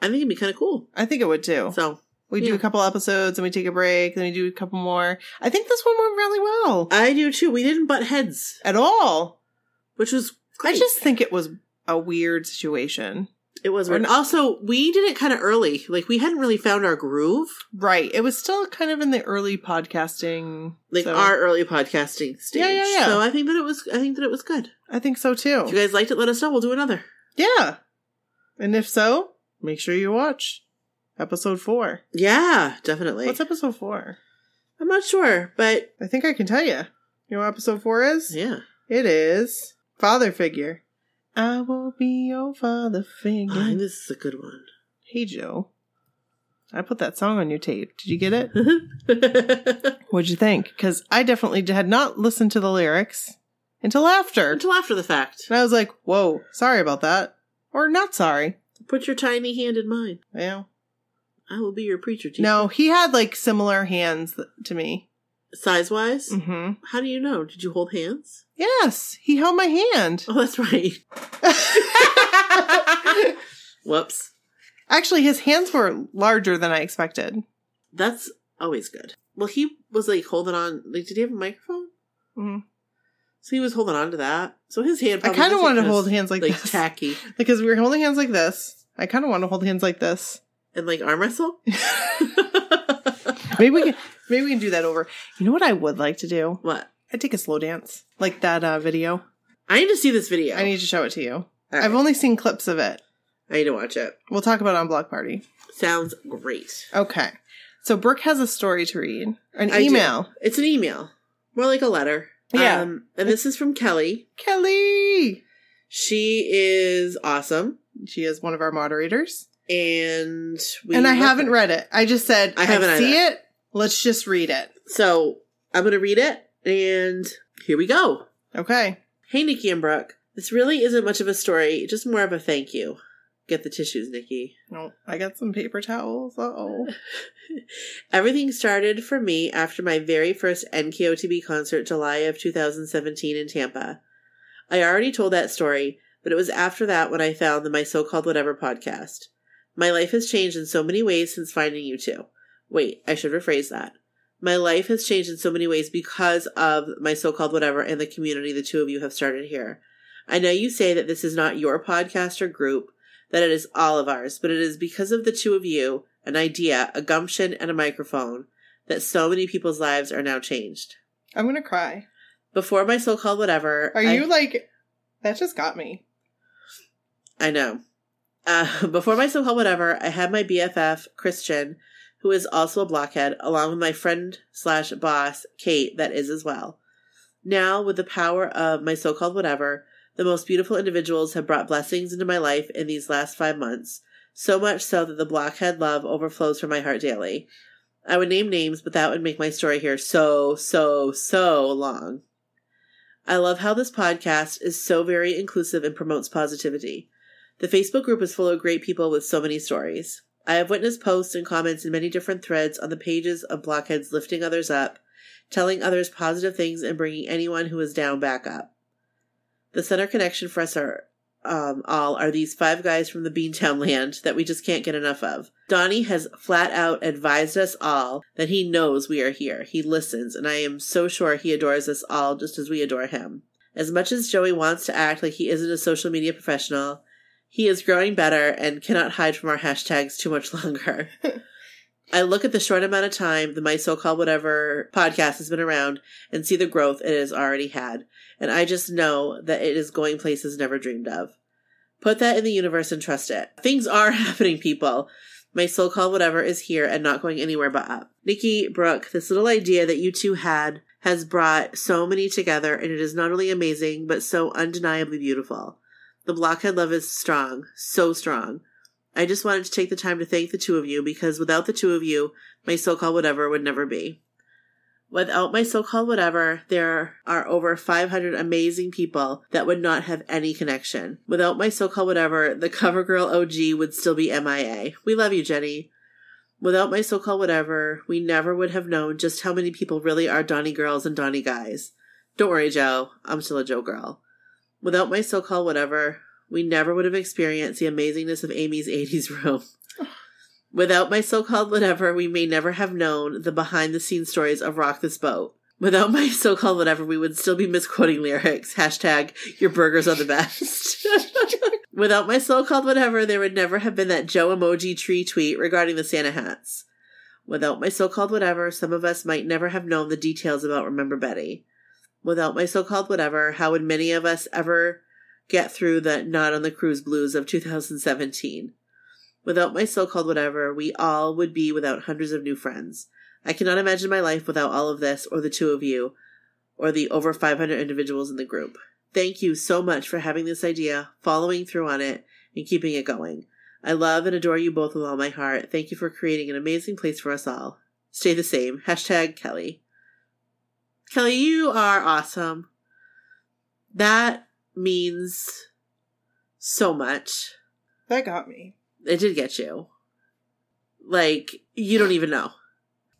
Speaker 1: I think it'd be kind of cool.
Speaker 2: I think it would too.
Speaker 1: So
Speaker 2: we do
Speaker 1: yeah.
Speaker 2: a couple episodes and we take a break, then we do a couple more. I think this one went really well.
Speaker 1: I do too. We didn't butt heads,
Speaker 2: At all.
Speaker 1: which was great.
Speaker 2: I just think it was a weird situation.
Speaker 1: it was weird.
Speaker 2: Or-
Speaker 1: Also, we did it kind of early. Like we hadn't really found our groove,
Speaker 2: Right. It was still kind of in the early podcasting.
Speaker 1: like
Speaker 2: so-
Speaker 1: our early podcasting stage.
Speaker 2: Yeah, yeah, Oh. yeah.
Speaker 1: So I think that it was. I think that it was good.
Speaker 2: I think so too.
Speaker 1: If you guys liked it, let us know. We'll do another.
Speaker 2: yeah. And if so, make sure you watch episode four.
Speaker 1: Yeah, definitely.
Speaker 2: What's episode four?
Speaker 1: I'm not sure, but
Speaker 2: I think I can tell you. You know what episode four is?
Speaker 1: yeah.
Speaker 2: It is Father Figure. I will be your father figure.
Speaker 1: I think this is a good one.
Speaker 2: Hey, Joe. I put that song on your tape. Did you get it? What'd you think? Because I definitely had not listened to the lyrics until after.
Speaker 1: Until after the fact.
Speaker 2: and I was like, whoa, sorry about that. Or not sorry.
Speaker 1: Put your tiny hand in mine.
Speaker 2: Well,
Speaker 1: I will be your preacher teacher.
Speaker 2: no, he had like similar hands th- to me.
Speaker 1: Size wise?
Speaker 2: Mm-hmm.
Speaker 1: How do you know? Did you hold hands?
Speaker 2: Yes, he held my hand.
Speaker 1: Oh, that's right. Whoops.
Speaker 2: Actually, his hands were larger than I expected.
Speaker 1: That's always good. Well, he was like holding on. Like, did he have a microphone?
Speaker 2: Mhm.
Speaker 1: So he was holding on to that. So his hand.
Speaker 2: I
Speaker 1: Mm-hmm. probably
Speaker 2: kind of
Speaker 1: wasn't
Speaker 2: wanted to
Speaker 1: just,
Speaker 2: hold hands like,
Speaker 1: like
Speaker 2: this
Speaker 1: tacky
Speaker 2: because we were holding hands like this. I kind of want to hold hands like this.
Speaker 1: and like arm wrestle.
Speaker 2: Maybe we can, maybe we can do that over. You know what I would like to do?
Speaker 1: what?
Speaker 2: I'd take a slow dance like that uh, video.
Speaker 1: I need to see this video.
Speaker 2: I need to show it to you.
Speaker 1: Oh. All right.
Speaker 2: I've only seen clips of it.
Speaker 1: I need to watch it.
Speaker 2: We'll talk about it on Block Party.
Speaker 1: Sounds great.
Speaker 2: Okay. So Brooke has a story to read, an
Speaker 1: I do.
Speaker 2: email.
Speaker 1: It's an email, more like a letter.
Speaker 2: Yeah.
Speaker 1: Um, and this is from Kelly.
Speaker 2: Kelly.
Speaker 1: She is awesome,
Speaker 2: She is one of our moderators.
Speaker 1: and we
Speaker 2: and I
Speaker 1: love
Speaker 2: haven't
Speaker 1: her.
Speaker 2: read it. I just said, I
Speaker 1: I haven't
Speaker 2: see it. Let's just read it.
Speaker 1: So I'm gonna read it, and here we go.
Speaker 2: Okay.
Speaker 1: Hey, Nikki and Brooke. This really isn't much of a story, just more of a thank you. Get the tissues, Nikki.
Speaker 2: No, I got some paper towels. Uh oh.
Speaker 1: Everything started for me after my very first NKOTB concert July of 2017 in Tampa. I already told that story, but it was after that when I found the My So Called Whatever podcast. My life has changed in so many ways since finding you two. Wait, I should rephrase that. My life has changed in so many ways because of My So Called Whatever and the community the two of you have started here. I know you say that this is not your podcast or group, that it is all of ours, but it is because of the two of you, an idea, a gumption, and a microphone, that so many people's lives are now changed.
Speaker 2: I'm going to cry.
Speaker 1: Before my so called whatever.
Speaker 2: Are
Speaker 1: I-
Speaker 2: you like, that just got me.
Speaker 1: I know. Uh, before my so-called whatever, I had my BFF Christian, who is also a blockhead, along with my friend slash boss Kate, that is as well. Now, with the power of my so-called whatever, the most beautiful individuals have brought blessings into my life in these last five months. So much so that the blockhead love overflows from my heart daily. I would name names, but that would make my story here so, so, so long. I love how this podcast is so very inclusive and promotes positivity. The Facebook group is full of great people with so many stories. I have witnessed posts and comments in many different threads on the pages of blockheads lifting others up, telling others positive things, and bringing anyone who is down back up. The center connection for us are, um, all are these five guys from the Beantown land that we just can't get enough of. Donnie has flat out advised us all that he knows we are here. He listens, and I am so sure he adores us all just as we adore him. As much as Joey wants to act like he isn't a social media professional, he is growing better and cannot hide from our hashtags too much longer. I look at the short amount of time the My So Called Whatever podcast has been around and see the growth it has already had. And I just know that it is going places never dreamed of. Put that in the universe and trust it. Things are happening, people. My so called whatever is here and not going anywhere but up. Nikki, Brooke, this little idea that you two had has brought so many together, and it is not only amazing, but so undeniably beautiful. The blockhead love is strong, so strong. I just wanted to take the time to thank the two of you because without the two of you, my so called whatever would never be. Without my so called whatever, there are over 500 amazing people that would not have any connection. Without my so called whatever, the cover girl OG would still be MIA. We love you, Jenny. Without my so called whatever, we never would have known just how many people really are Donnie girls and Donnie guys. Don't worry, Joe. I'm still a Joe girl. Without my so called whatever, we never would have experienced the amazingness of Amy's 80s room. Without my so called whatever, we may never have known the behind the scenes stories of Rock This Boat. Without my so called whatever, we would still be misquoting lyrics. Hashtag, your burgers are the best. Without my so called whatever, there would never have been that Joe emoji tree tweet regarding the Santa hats. Without my so called whatever, some of us might never have known the details about Remember Betty. Without my so called whatever, how would many of us ever get through the Not on the Cruise blues of 2017. Without my so called whatever, we all would be without hundreds of new friends. I cannot imagine my life without all of this, or the two of you, or the over 500 individuals in the group. Thank you so much for having this idea, following through on it, and keeping it going. I love and adore you both with all my heart. Thank you for creating an amazing place for us all. Stay the same. Hashtag Kelly. Kelly, you are awesome. That means so much.
Speaker 2: That got me.
Speaker 1: It did get you. Like, you don't even know.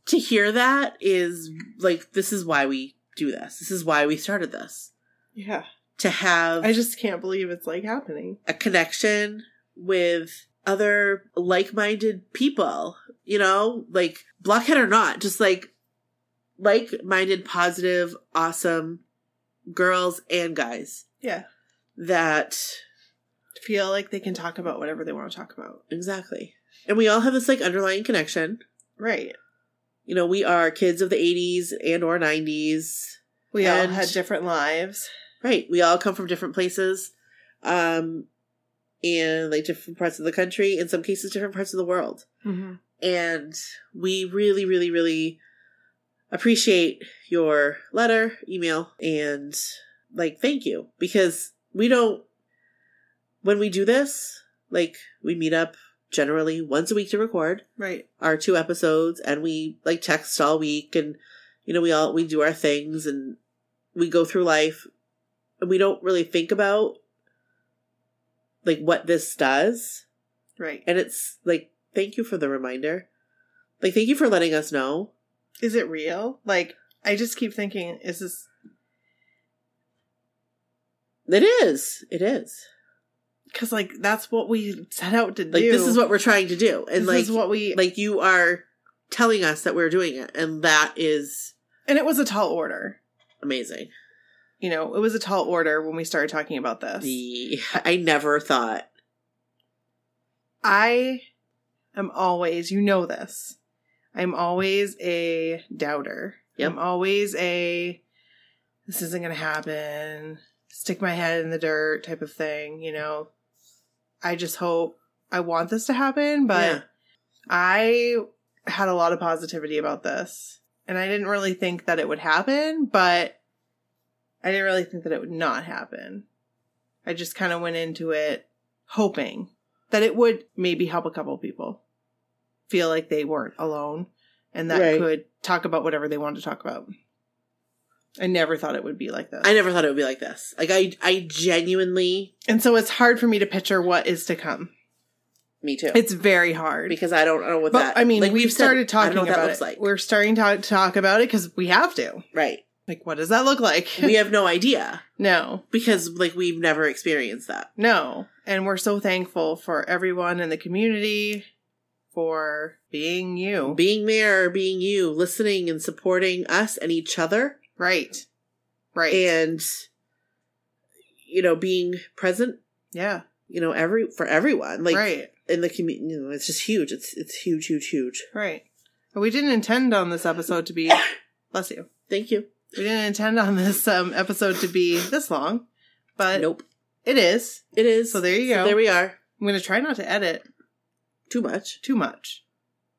Speaker 1: To hear that is like, this is why we do this. This is why we started this.
Speaker 2: Yeah.
Speaker 1: To have
Speaker 2: I just can't believe it's like happening.
Speaker 1: a connection with other like minded people, you know, like blockhead or not, just like like minded, positive, awesome girls and guys
Speaker 2: Yeah.
Speaker 1: that
Speaker 2: Feel like they can talk about whatever they want to talk about.
Speaker 1: Exactly. And we all have this like underlying connection.
Speaker 2: Right.
Speaker 1: You know, we are kids of the 80s and or 90s.
Speaker 2: We
Speaker 1: And-
Speaker 2: all had different lives.
Speaker 1: Right. We all come from different places. Um and like different parts of the country, in some cases different parts of the world.
Speaker 2: Mm-hmm.
Speaker 1: And we really really really appreciate your letter, email and like thank you because we don't when we do this, like we meet up generally once a week to record.
Speaker 2: Right.
Speaker 1: our two episodes and we like text all week and you know we all we do our things and we go through life and we don't really think about like what this does
Speaker 2: Right.
Speaker 1: and it's like thank you for the reminder like thank you for letting us know
Speaker 2: Is it real? Like, I just keep thinking, is this
Speaker 1: it is it is
Speaker 2: because like that's what we set out to do?
Speaker 1: like this is what we're trying to do and
Speaker 2: this
Speaker 1: like
Speaker 2: is what we
Speaker 1: like you are telling us that we're doing it and that is
Speaker 2: and it was a tall order.
Speaker 1: amazing
Speaker 2: You know, it was a tall order when we started talking about this.
Speaker 1: the i never thought
Speaker 2: I am always, you know this. I'm always a doubter.
Speaker 1: Yep.
Speaker 2: I'm always a this isn't going to happen. Stick my head in the dirt type of thing, you know. I just hope I want this to happen, but
Speaker 1: Yeah.
Speaker 2: I had a lot of positivity about this. And I didn't really think that it would happen, but I didn't really think that it would not happen. I just kind of went into it hoping that it would maybe help a couple people feel like they weren't alone and that
Speaker 1: Right.
Speaker 2: could talk about whatever they wanted to talk about. I never thought it would be like this.
Speaker 1: I never thought it would be like this. Like I I genuinely
Speaker 2: and so it's hard for me to picture what is to come.
Speaker 1: me too.
Speaker 2: It's very hard.
Speaker 1: because I don't know what
Speaker 2: but
Speaker 1: that
Speaker 2: I mean,
Speaker 1: like
Speaker 2: we've
Speaker 1: we've said,
Speaker 2: started
Speaker 1: I
Speaker 2: talking
Speaker 1: don't know what
Speaker 2: about
Speaker 1: that looks
Speaker 2: it.
Speaker 1: like.
Speaker 2: We're starting to to talk about it because we have to.
Speaker 1: right.
Speaker 2: Like, what does that look like?
Speaker 1: we have no idea
Speaker 2: no,
Speaker 1: because like we've never experienced that.
Speaker 2: no. And we're so thankful for everyone in the community for being you.
Speaker 1: Being there, being you, listening and supporting us and each other,
Speaker 2: right. Right.
Speaker 1: and you know, being present.
Speaker 2: yeah.
Speaker 1: You know, every for everyone, like
Speaker 2: right.
Speaker 1: in the community, you know, it's just huge. It's it's huge, huge, huge.
Speaker 2: Right. And We didn't intend on this episode to be. bless you.
Speaker 1: Thank you.
Speaker 2: We didn't intend on this um, episode to be this long, but
Speaker 1: nope,
Speaker 2: it is.
Speaker 1: it is.
Speaker 2: Uh, So there you go.
Speaker 1: there we are.
Speaker 2: I'm going to try not to edit
Speaker 1: Too much.
Speaker 2: too much.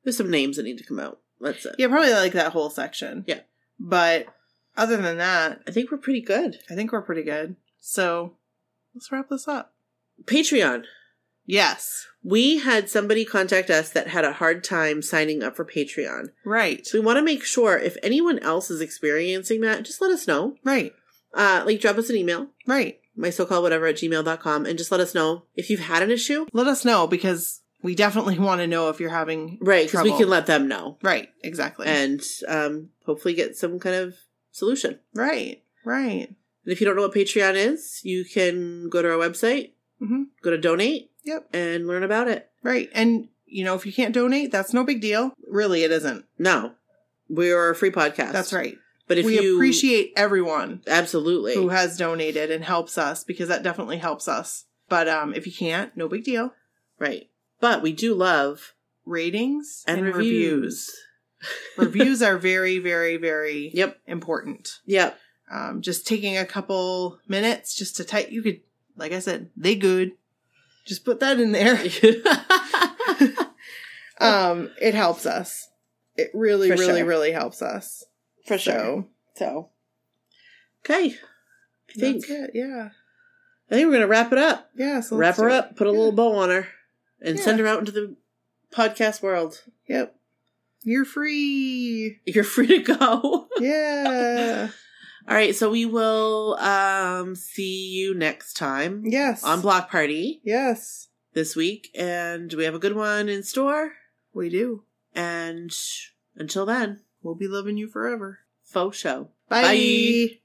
Speaker 1: There's some names that need to come out. That's it.
Speaker 2: Yeah, probably like that whole section.
Speaker 1: Yeah.
Speaker 2: But other than that,
Speaker 1: I think we're pretty good.
Speaker 2: I think we're pretty good. So let's wrap this up.
Speaker 1: Patreon.
Speaker 2: Yes.
Speaker 1: We had somebody contact us that had a hard time signing up for Patreon.
Speaker 2: Right.
Speaker 1: So we want to make sure if anyone else is experiencing that, just let us know.
Speaker 2: Right.
Speaker 1: Uh, like drop us an email,
Speaker 2: Right.
Speaker 1: my so called whatever at gmail.com, and just let us know if you've had an issue.
Speaker 2: Let us know because we definitely want to know if you're having.
Speaker 1: Right, because we
Speaker 2: Trouble.
Speaker 1: can let them know
Speaker 2: Right. Exactly.
Speaker 1: and um, hopefully get some kind of solution.
Speaker 2: right. Right.
Speaker 1: And if you don't know what Patreon is, you can go to our website,
Speaker 2: Mhm.
Speaker 1: go to donate,
Speaker 2: Yep.
Speaker 1: and learn about it.
Speaker 2: Right. And, you know, if you can't donate, that's no big deal. Really, it isn't.
Speaker 1: No, we're a free podcast.
Speaker 2: That's right.
Speaker 1: But if
Speaker 2: we
Speaker 1: you
Speaker 2: appreciate everyone
Speaker 1: absolutely
Speaker 2: who has donated and helps us because that definitely helps us. But um, if you can't, no big deal.
Speaker 1: right, but we do love
Speaker 2: Ratings
Speaker 1: and, reviews.
Speaker 2: Reviews, are very, very, very
Speaker 1: Yep,
Speaker 2: important.
Speaker 1: yep,
Speaker 2: Um, just taking a couple minutes just to type. You could, like I said, they good. Just put that in there. um, it helps us. It really,
Speaker 1: For
Speaker 2: really,
Speaker 1: sure.
Speaker 2: really helps us.
Speaker 1: for sure.
Speaker 2: So, so
Speaker 1: Okay, I think
Speaker 2: that's it. Yeah.
Speaker 1: I think we're gonna wrap it up,
Speaker 2: Yeah. So
Speaker 1: wrap
Speaker 2: let's
Speaker 1: her
Speaker 2: do it.
Speaker 1: up, put a
Speaker 2: Yeah.
Speaker 1: little bow on her, and
Speaker 2: Yeah.
Speaker 1: send her out into the podcast world.
Speaker 2: Yep. You're free.
Speaker 1: You're free to go.
Speaker 2: Yeah.
Speaker 1: All right, so we will um see you next time
Speaker 2: yes.
Speaker 1: on Block Party
Speaker 2: yes.
Speaker 1: this week, and we have a good one in store.
Speaker 2: We do.
Speaker 1: And until then,
Speaker 2: We'll be loving you forever.
Speaker 1: faux show.
Speaker 2: Bye.
Speaker 1: Bye.